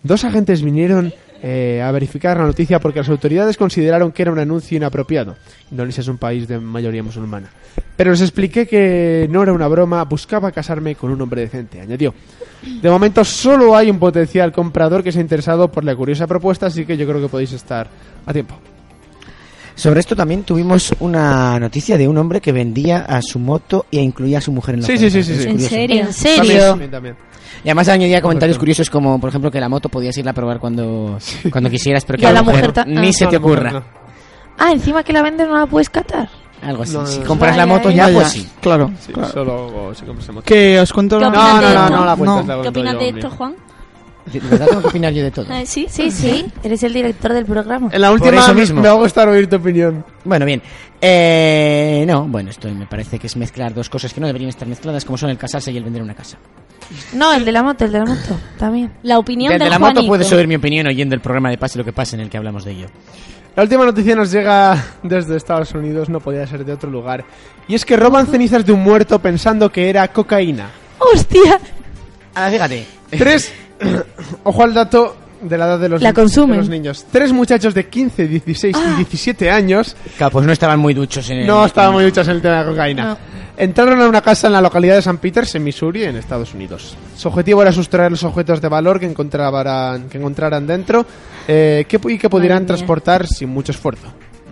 Speaker 4: Dos agentes vinieron eh, a verificar la noticia porque las autoridades consideraron que era un anuncio inapropiado. Indonesia es un país de mayoría musulmana. Pero les expliqué que no era una broma, buscaba casarme con un hombre decente, añadió. De momento solo hay un potencial comprador que se ha interesado por la curiosa propuesta, así que yo creo que podéis estar a tiempo.
Speaker 8: Sobre esto también tuvimos una noticia de un hombre que vendía a su moto e incluía a su mujer en la
Speaker 4: Sí,
Speaker 8: oferta.
Speaker 4: sí, sí, sí,
Speaker 8: Es
Speaker 4: sí.
Speaker 8: curioso.
Speaker 4: ¿En serio? También, también, también.
Speaker 8: Y además añadía comentarios
Speaker 4: Correcto.
Speaker 8: curiosos como, por ejemplo, que la moto podías irla a probar cuando, cuando quisieras, pero
Speaker 6: Y
Speaker 8: que
Speaker 6: a la mujer ta-
Speaker 8: ni
Speaker 6: ah.
Speaker 8: se
Speaker 6: No,
Speaker 8: te
Speaker 6: a la mujer
Speaker 8: ocurra.
Speaker 6: Ah, encima que la vende no la puedes catar.
Speaker 8: Algo así.
Speaker 4: No,
Speaker 8: si
Speaker 4: no,
Speaker 8: compras
Speaker 4: no.
Speaker 8: la
Speaker 4: Vaya,
Speaker 8: moto
Speaker 4: ahí.
Speaker 8: ya,
Speaker 4: Vaya.
Speaker 8: pues sí.
Speaker 9: Claro,
Speaker 8: claro.
Speaker 4: Solo si compramos
Speaker 9: Que os cuento
Speaker 5: ¿Qué
Speaker 9: una-
Speaker 5: opinas de
Speaker 9: no,
Speaker 5: esto?
Speaker 9: no, no la cuentas, la
Speaker 5: ¿Qué
Speaker 9: cuento
Speaker 5: opinas
Speaker 9: yo,
Speaker 5: Ah, de
Speaker 9: hombre.
Speaker 5: esto, Juan?
Speaker 8: De verdad tengo que opinar yo de todo.
Speaker 5: Ah, ¿Sí?
Speaker 6: Sí, sí, eres el director del programa.
Speaker 4: En la
Speaker 8: Por
Speaker 4: última
Speaker 8: eso
Speaker 4: me-
Speaker 8: mismo.
Speaker 4: me va a gustar oír tu opinión.
Speaker 8: Bueno, bien. Eh, no, bueno, esto me parece que es mezclar dos cosas que no deberían estar mezcladas, como son el casarse y el vender una casa.
Speaker 6: No, el de la moto, el de la moto, también.
Speaker 5: La opinión
Speaker 8: Desde la moto puedes oír mi opinión oyendo el programa de Pase lo que pase en el que hablamos de ello.
Speaker 4: La última noticia nos llega desde Estados Unidos, no podía ser de otro lugar. Y es que roban cenizas de un muerto pensando que era cocaína.
Speaker 6: ¡Hostia!
Speaker 8: Ah, fíjate.
Speaker 4: Tres. Ojo al dato de la edad de los,
Speaker 6: La consumen.
Speaker 4: de los niños. Tres muchachos de 15, 16 y 17 años
Speaker 8: Claro, pues no estaban muy duchos en el...
Speaker 4: no estaban muy duchas en el tema de la cocaína.
Speaker 8: No.
Speaker 4: Entraron a una casa en la localidad de San Peters, en Missouri, en Estados Unidos. Su objetivo era sustraer los objetos de valor que encontraran, que encontraran dentro eh, que, pu- y que pudieran transportar sin mucho esfuerzo.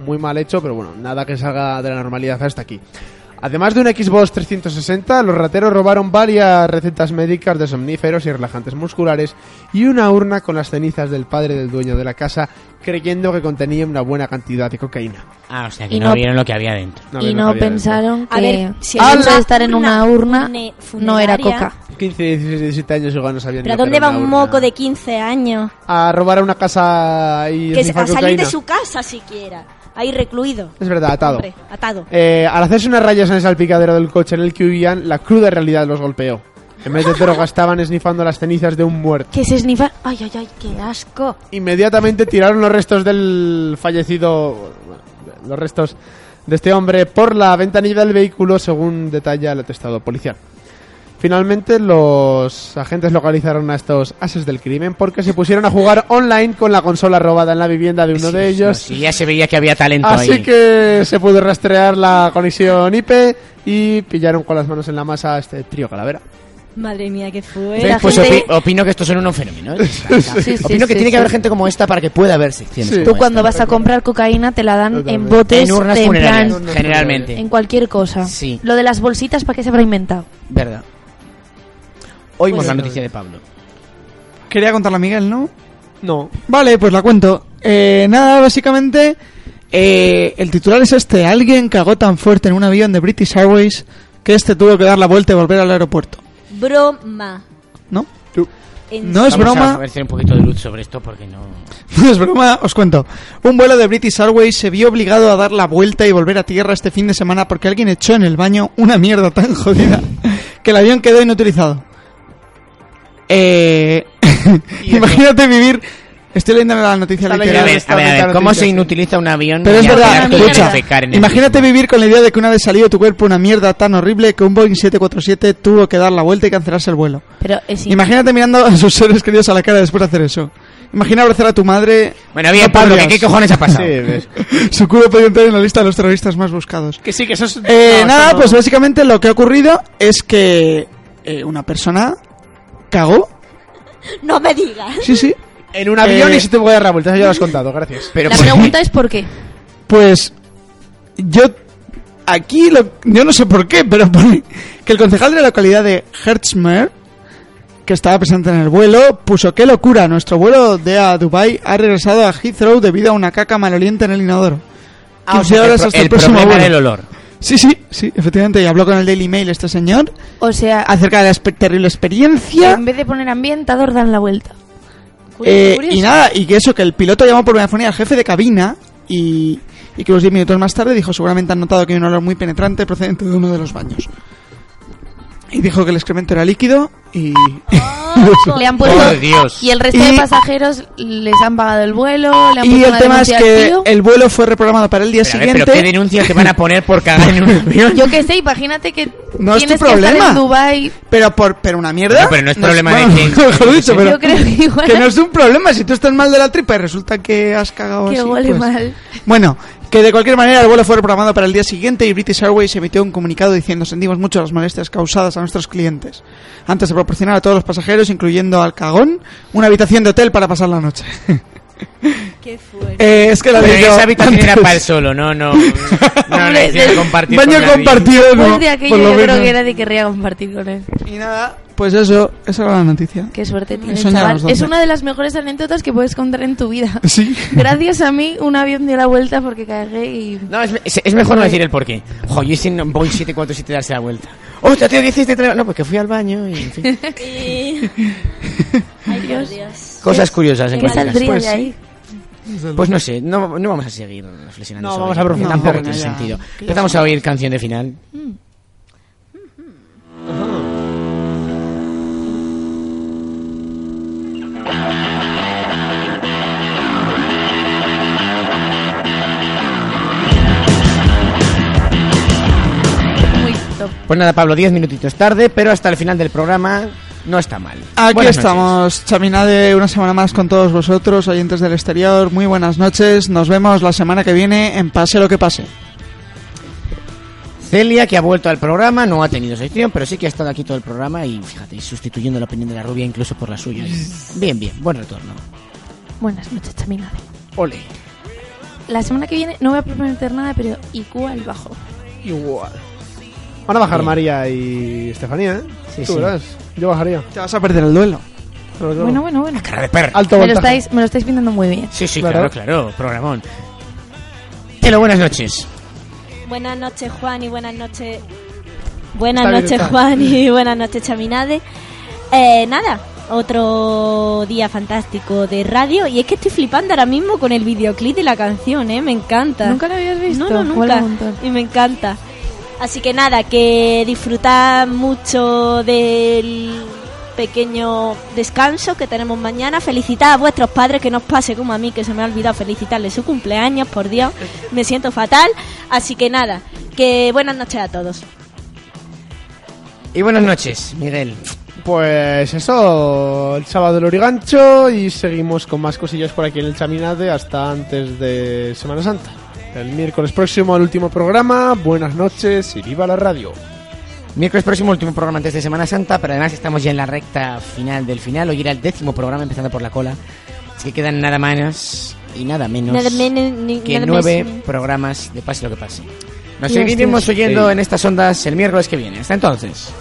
Speaker 4: Muy mal hecho, pero bueno, nada que salga de la normalidad hasta aquí. Además de un Xbox 360, los rateros robaron varias recetas médicas de somníferos y relajantes musculares y una urna con las cenizas del padre del dueño de la casa, creyendo que contenía una buena cantidad de cocaína.
Speaker 8: Ah, o sea,
Speaker 4: Y
Speaker 8: que no,
Speaker 4: no-
Speaker 8: vieron lo que había dentro.
Speaker 4: No
Speaker 6: y
Speaker 4: había-
Speaker 6: no
Speaker 4: había
Speaker 6: pensaron
Speaker 5: A
Speaker 6: que
Speaker 5: ver, si
Speaker 6: el
Speaker 5: hay
Speaker 6: hecho
Speaker 5: una
Speaker 6: de estar en una urna no era
Speaker 5: funeraria-
Speaker 6: coca.
Speaker 4: 15, 16, 17 años igual no sabían
Speaker 5: ¿Pero a
Speaker 4: ni lo que
Speaker 5: dónde
Speaker 4: era
Speaker 5: va
Speaker 4: una
Speaker 5: un
Speaker 4: urna.
Speaker 5: moco de 15 años?
Speaker 4: A robar a una casa y
Speaker 5: Que
Speaker 4: esnifar
Speaker 5: a salir de
Speaker 4: cocaína.
Speaker 5: su casa siquiera. Ahí recluido.
Speaker 4: Es verdad, atado.
Speaker 5: Hombre, atado.
Speaker 4: Eh, al hacerse unas rayas en el salpicadero del coche en el que huían, la cruda realidad los golpeó. En vez de droga estaban esnifando las cenizas de un muerto.
Speaker 6: Que se esnifa... ¡Ay, ay, ay, qué asco!
Speaker 4: Inmediatamente tiraron los restos del fallecido... bueno, Los restos de este hombre por la ventanilla del vehículo, según detalla el atestado policial. Finalmente, los agentes localizaron a estos ases del crimen porque se pusieron a jugar online con la consola robada en la vivienda de uno de ellos. Ah,
Speaker 8: Si ya se veía que había talento
Speaker 4: Así
Speaker 8: ahí.
Speaker 4: que se pudo rastrear la conexión IP y pillaron con las manos en la masa a este trío calavera.
Speaker 5: Madre mía, qué fue.
Speaker 8: ¿Ves? Pues opi- opino que estos son unos fenómenos.
Speaker 6: sí,
Speaker 8: ¿eh? opino que
Speaker 6: sí,
Speaker 8: tiene
Speaker 6: sí.
Speaker 8: que haber gente como esta para que pueda haber secciones.
Speaker 4: Sí.
Speaker 8: como
Speaker 6: Tú
Speaker 8: esta.
Speaker 6: cuando vas a comprar cocaína te la dan en botes
Speaker 8: En urnas
Speaker 6: de- en plan-
Speaker 8: funerarias, generalmente.
Speaker 6: En cualquier cosa.
Speaker 8: Sí.
Speaker 6: Lo de las bolsitas, ¿para qué se habrá inventado?
Speaker 8: Verdad. Oímos
Speaker 9: Pues-
Speaker 8: la noticia de Pablo.
Speaker 9: Quería contarla a Miguel, ¿no?
Speaker 4: No.
Speaker 9: Vale, pues la cuento. Eh, nada, básicamente eh, el titular es este. Alguien cagó tan fuerte en un avión de British Airways que este tuvo que dar la vuelta y volver al aeropuerto.
Speaker 5: Broma.
Speaker 9: ¿No?
Speaker 5: En
Speaker 9: No es
Speaker 8: Vamos
Speaker 9: broma.
Speaker 8: A ver, hacer un poquito de luz sobre esto porque no.
Speaker 9: No es broma, os cuento. Un vuelo de British Airways se vio obligado a dar la vuelta y volver a tierra este fin de semana porque alguien echó en el baño una mierda tan jodida que el avión quedó inutilizado. Eh, imagínate vivir. Estoy leyendo la noticia
Speaker 8: A ver,
Speaker 9: literal.
Speaker 8: a ver, a ver, ¿cómo se inutiliza un avión?
Speaker 9: Pero es
Speaker 8: y
Speaker 9: verdad,
Speaker 8: apenas tú
Speaker 9: escucha,
Speaker 8: defecar en él?
Speaker 9: imagínate vivir con la idea de que una vez salido tu cuerpo una mierda tan horrible que un Boeing 747 tuvo que dar la vuelta y cancelarse el vuelo.
Speaker 6: Pero es
Speaker 9: Imagínate mirando a sus seres queridos a la cara después de hacer eso. Imagina abrazar a tu madre.
Speaker 8: Bueno, bien, Pablo, ¿qué,
Speaker 9: podrías.
Speaker 8: qué cojones ha pasado?
Speaker 9: Su culo podía entrar en la lista de los terroristas más buscados.
Speaker 4: Que sí, que eso es...
Speaker 9: Eh,
Speaker 4: No,
Speaker 9: nada,
Speaker 4: esto no-
Speaker 9: pues básicamente lo que ha ocurrido es que eh, una persona cagó.
Speaker 5: No me digas.
Speaker 9: Sí, sí.
Speaker 4: En un avión
Speaker 9: Eh,
Speaker 4: y se te puede dar la vuelta, eso ya lo has contado, gracias.
Speaker 8: Pero
Speaker 6: La pregunta es por qué.
Speaker 9: Pues yo aquí lo, yo no sé por qué, pero pone que el concejal de la localidad de Hertzmer que estaba presente en el vuelo, puso qué locura, nuestro vuelo de a Dubai ha regresado a Heathrow debido a una caca maloliente en el inodoro.
Speaker 8: Ah, o
Speaker 9: 15
Speaker 8: sea, el
Speaker 9: horas
Speaker 8: pro-
Speaker 9: hasta el,
Speaker 8: el
Speaker 9: próximo
Speaker 8: problema
Speaker 9: vuelo.
Speaker 8: era el olor.
Speaker 9: Sí, sí, sí, efectivamente. Y habló con el Daily Mail este señor
Speaker 6: O sea,
Speaker 9: acerca de la espe- terrible experiencia.
Speaker 6: en vez de poner ambientador, dan la vuelta.
Speaker 9: Eh,
Speaker 6: curioso.
Speaker 9: y nada, y que eso, que el piloto llamó por megafonía al jefe de cabina y, y que unos 10 minutos más tarde dijo, seguramente han notado que hay un olor muy penetrante procedente de uno de los baños. Y dijo que el excremento era líquido y...
Speaker 6: Ah, Le han puesto.
Speaker 9: Por Dios.
Speaker 6: Y el resto de
Speaker 9: Y-
Speaker 6: pasajeros les han pagado el vuelo. Le han
Speaker 9: y
Speaker 6: puesto
Speaker 9: el
Speaker 6: una
Speaker 9: tema es
Speaker 6: denuncia al
Speaker 9: que
Speaker 6: tío.
Speaker 9: el vuelo fue reprogramado para el día
Speaker 3: Pero, a ver,
Speaker 9: siguiente.
Speaker 3: ¿pero qué denuncia te van a poner por cagar en un avión?
Speaker 6: Yo qué sé, imagínate que
Speaker 9: No es tu
Speaker 6: tienes que estar
Speaker 9: problema.
Speaker 6: en Dubai.
Speaker 9: Pero por pero una mierda.
Speaker 3: No, pero no es problema de ¿eh?
Speaker 9: bueno,
Speaker 3: quién.
Speaker 9: mejor dicho, pero
Speaker 6: Yo creo que igual-
Speaker 9: que no es un problema si tú estás mal de la tripa y resulta que has cagado
Speaker 6: Que
Speaker 9: así,
Speaker 6: huele
Speaker 9: pues.
Speaker 6: mal.
Speaker 9: Bueno, que de cualquier manera el vuelo fue reprogramado para el día siguiente y British Airways emitió un comunicado diciendo sentimos mucho las molestias causadas a nuestros clientes. Antes de proporcionar a todos los pasajeros, incluyendo al cagón, una habitación de hotel para pasar la noche. Eh, es que la
Speaker 3: Pero
Speaker 9: leyó
Speaker 3: esa habitación era
Speaker 9: antes.
Speaker 3: para el solo, no, no. No la hicieron compartir.
Speaker 9: baño
Speaker 3: con nadie.
Speaker 9: compartido,
Speaker 6: Después
Speaker 9: no,
Speaker 6: de aquello,
Speaker 9: por lo
Speaker 6: yo creo
Speaker 9: menos.
Speaker 6: que nadie querría compartir con él.
Speaker 9: Y nada. Pues eso, esa era la noticia.
Speaker 6: Qué suerte tienes,
Speaker 9: Eso ya
Speaker 6: chaval.
Speaker 9: nos da
Speaker 6: Es
Speaker 9: un-
Speaker 6: una de las mejores anécdotas que puedes contar en tu vida.
Speaker 9: Sí.
Speaker 6: Gracias a mí, un avión dio la vuelta porque cagué y.
Speaker 3: No, es, es- es mejor no decir el porqué. Jo, yo hice un Boeing 747 darse la vuelta. ¡Hostia, tío, que hiciste? tra- No, pues que fui al baño y en fin.
Speaker 5: Ay,
Speaker 6: Dios.
Speaker 3: Cosas curiosas en
Speaker 6: ¿Qué
Speaker 3: cualquier
Speaker 6: saldría
Speaker 3: caso.
Speaker 6: de ahí?
Speaker 3: Pues no sé, no, no vamos a seguir reflexionando.
Speaker 4: No,
Speaker 3: sobre
Speaker 4: vamos a
Speaker 3: ello,
Speaker 4: profundizar
Speaker 3: Tampoco
Speaker 4: en
Speaker 3: tiene
Speaker 4: ella.
Speaker 3: sentido. Empezamos a oír canción de final. Pues nada, Pablo, 10 minutitos tarde, pero hasta el final del programa no está mal.
Speaker 9: Aquí
Speaker 3: Buenas noches.
Speaker 9: estamos, Chaminade, una semana más con todos vosotros, oyentes del exterior. Muy buenas noches, nos vemos la semana que viene en Pase lo que pase.
Speaker 3: Celia, que ha vuelto al programa, no ha
Speaker 18: tenido sección, pero sí que ha estado aquí todo el programa y fíjate, y sustituyendo la opinión de la rubia incluso por la suya. Bien, bien, buen retorno.
Speaker 6: Buenas noches, Chaminade.
Speaker 3: Ole.
Speaker 6: La semana que viene no voy a prometer nada, pero IQ al bajo.
Speaker 4: Igual. Van a bajar
Speaker 6: Bien.
Speaker 4: María y Estefanía, ¿eh?
Speaker 6: Sí,
Speaker 4: Tú
Speaker 6: sí.
Speaker 4: verás. Yo bajaría.
Speaker 9: Te vas a perder el duelo.
Speaker 6: Bueno, bueno, bueno.
Speaker 3: cara de perro.
Speaker 4: Alto
Speaker 6: Me lo,
Speaker 4: voltaje.
Speaker 6: estáis, me lo estáis pintando muy bien.
Speaker 3: Sí, sí,
Speaker 4: Claro.
Speaker 3: claro, claro, programón. Telo, buenas noches.
Speaker 5: Buenas noches, Juan, y buenas noches. Buenas
Speaker 3: Está bien,
Speaker 5: noches,
Speaker 3: está.
Speaker 5: Juan, y buenas noches, Chaminade. Eh, nada, otro día fantástico de radio. Y es que estoy flipando ahora mismo con el videoclip de la canción, ¿eh? Me encanta.
Speaker 6: ¿Nunca lo habías visto?
Speaker 5: No, no,
Speaker 6: Mola
Speaker 5: nunca.
Speaker 6: un montón.
Speaker 5: Y me encanta. Así que nada, que disfrutad mucho del pequeño descanso que tenemos mañana. Felicitad a vuestros padres, que no os pase como a mí, que se me ha olvidado felicitarles su cumpleaños, por Dios. Me siento fatal. Así que nada, que buenas noches a todos.
Speaker 3: Y buenas noches, Miguel.
Speaker 4: Pues eso, el sábado el origancho y seguimos con más cosillas por aquí en el Chaminade hasta antes de Semana Santa. El miércoles próximo, el último programa. Buenas noches y viva la radio.
Speaker 3: Miércoles próximo, último
Speaker 18: programa
Speaker 3: antes de Semana Santa, pero además estamos ya en la recta final del final. Hoy era el décimo programa, empezando por la cola. Así que quedan nada más y nada menos
Speaker 5: Nada menos ni-
Speaker 3: que
Speaker 5: nada más
Speaker 3: nueve
Speaker 5: ni-
Speaker 3: programas de Pase lo que pase. Nos
Speaker 18: Dios,
Speaker 3: seguiremos
Speaker 18: Dios.
Speaker 3: oyendo
Speaker 18: Sí.
Speaker 3: en estas ondas el miércoles que viene. Hasta entonces.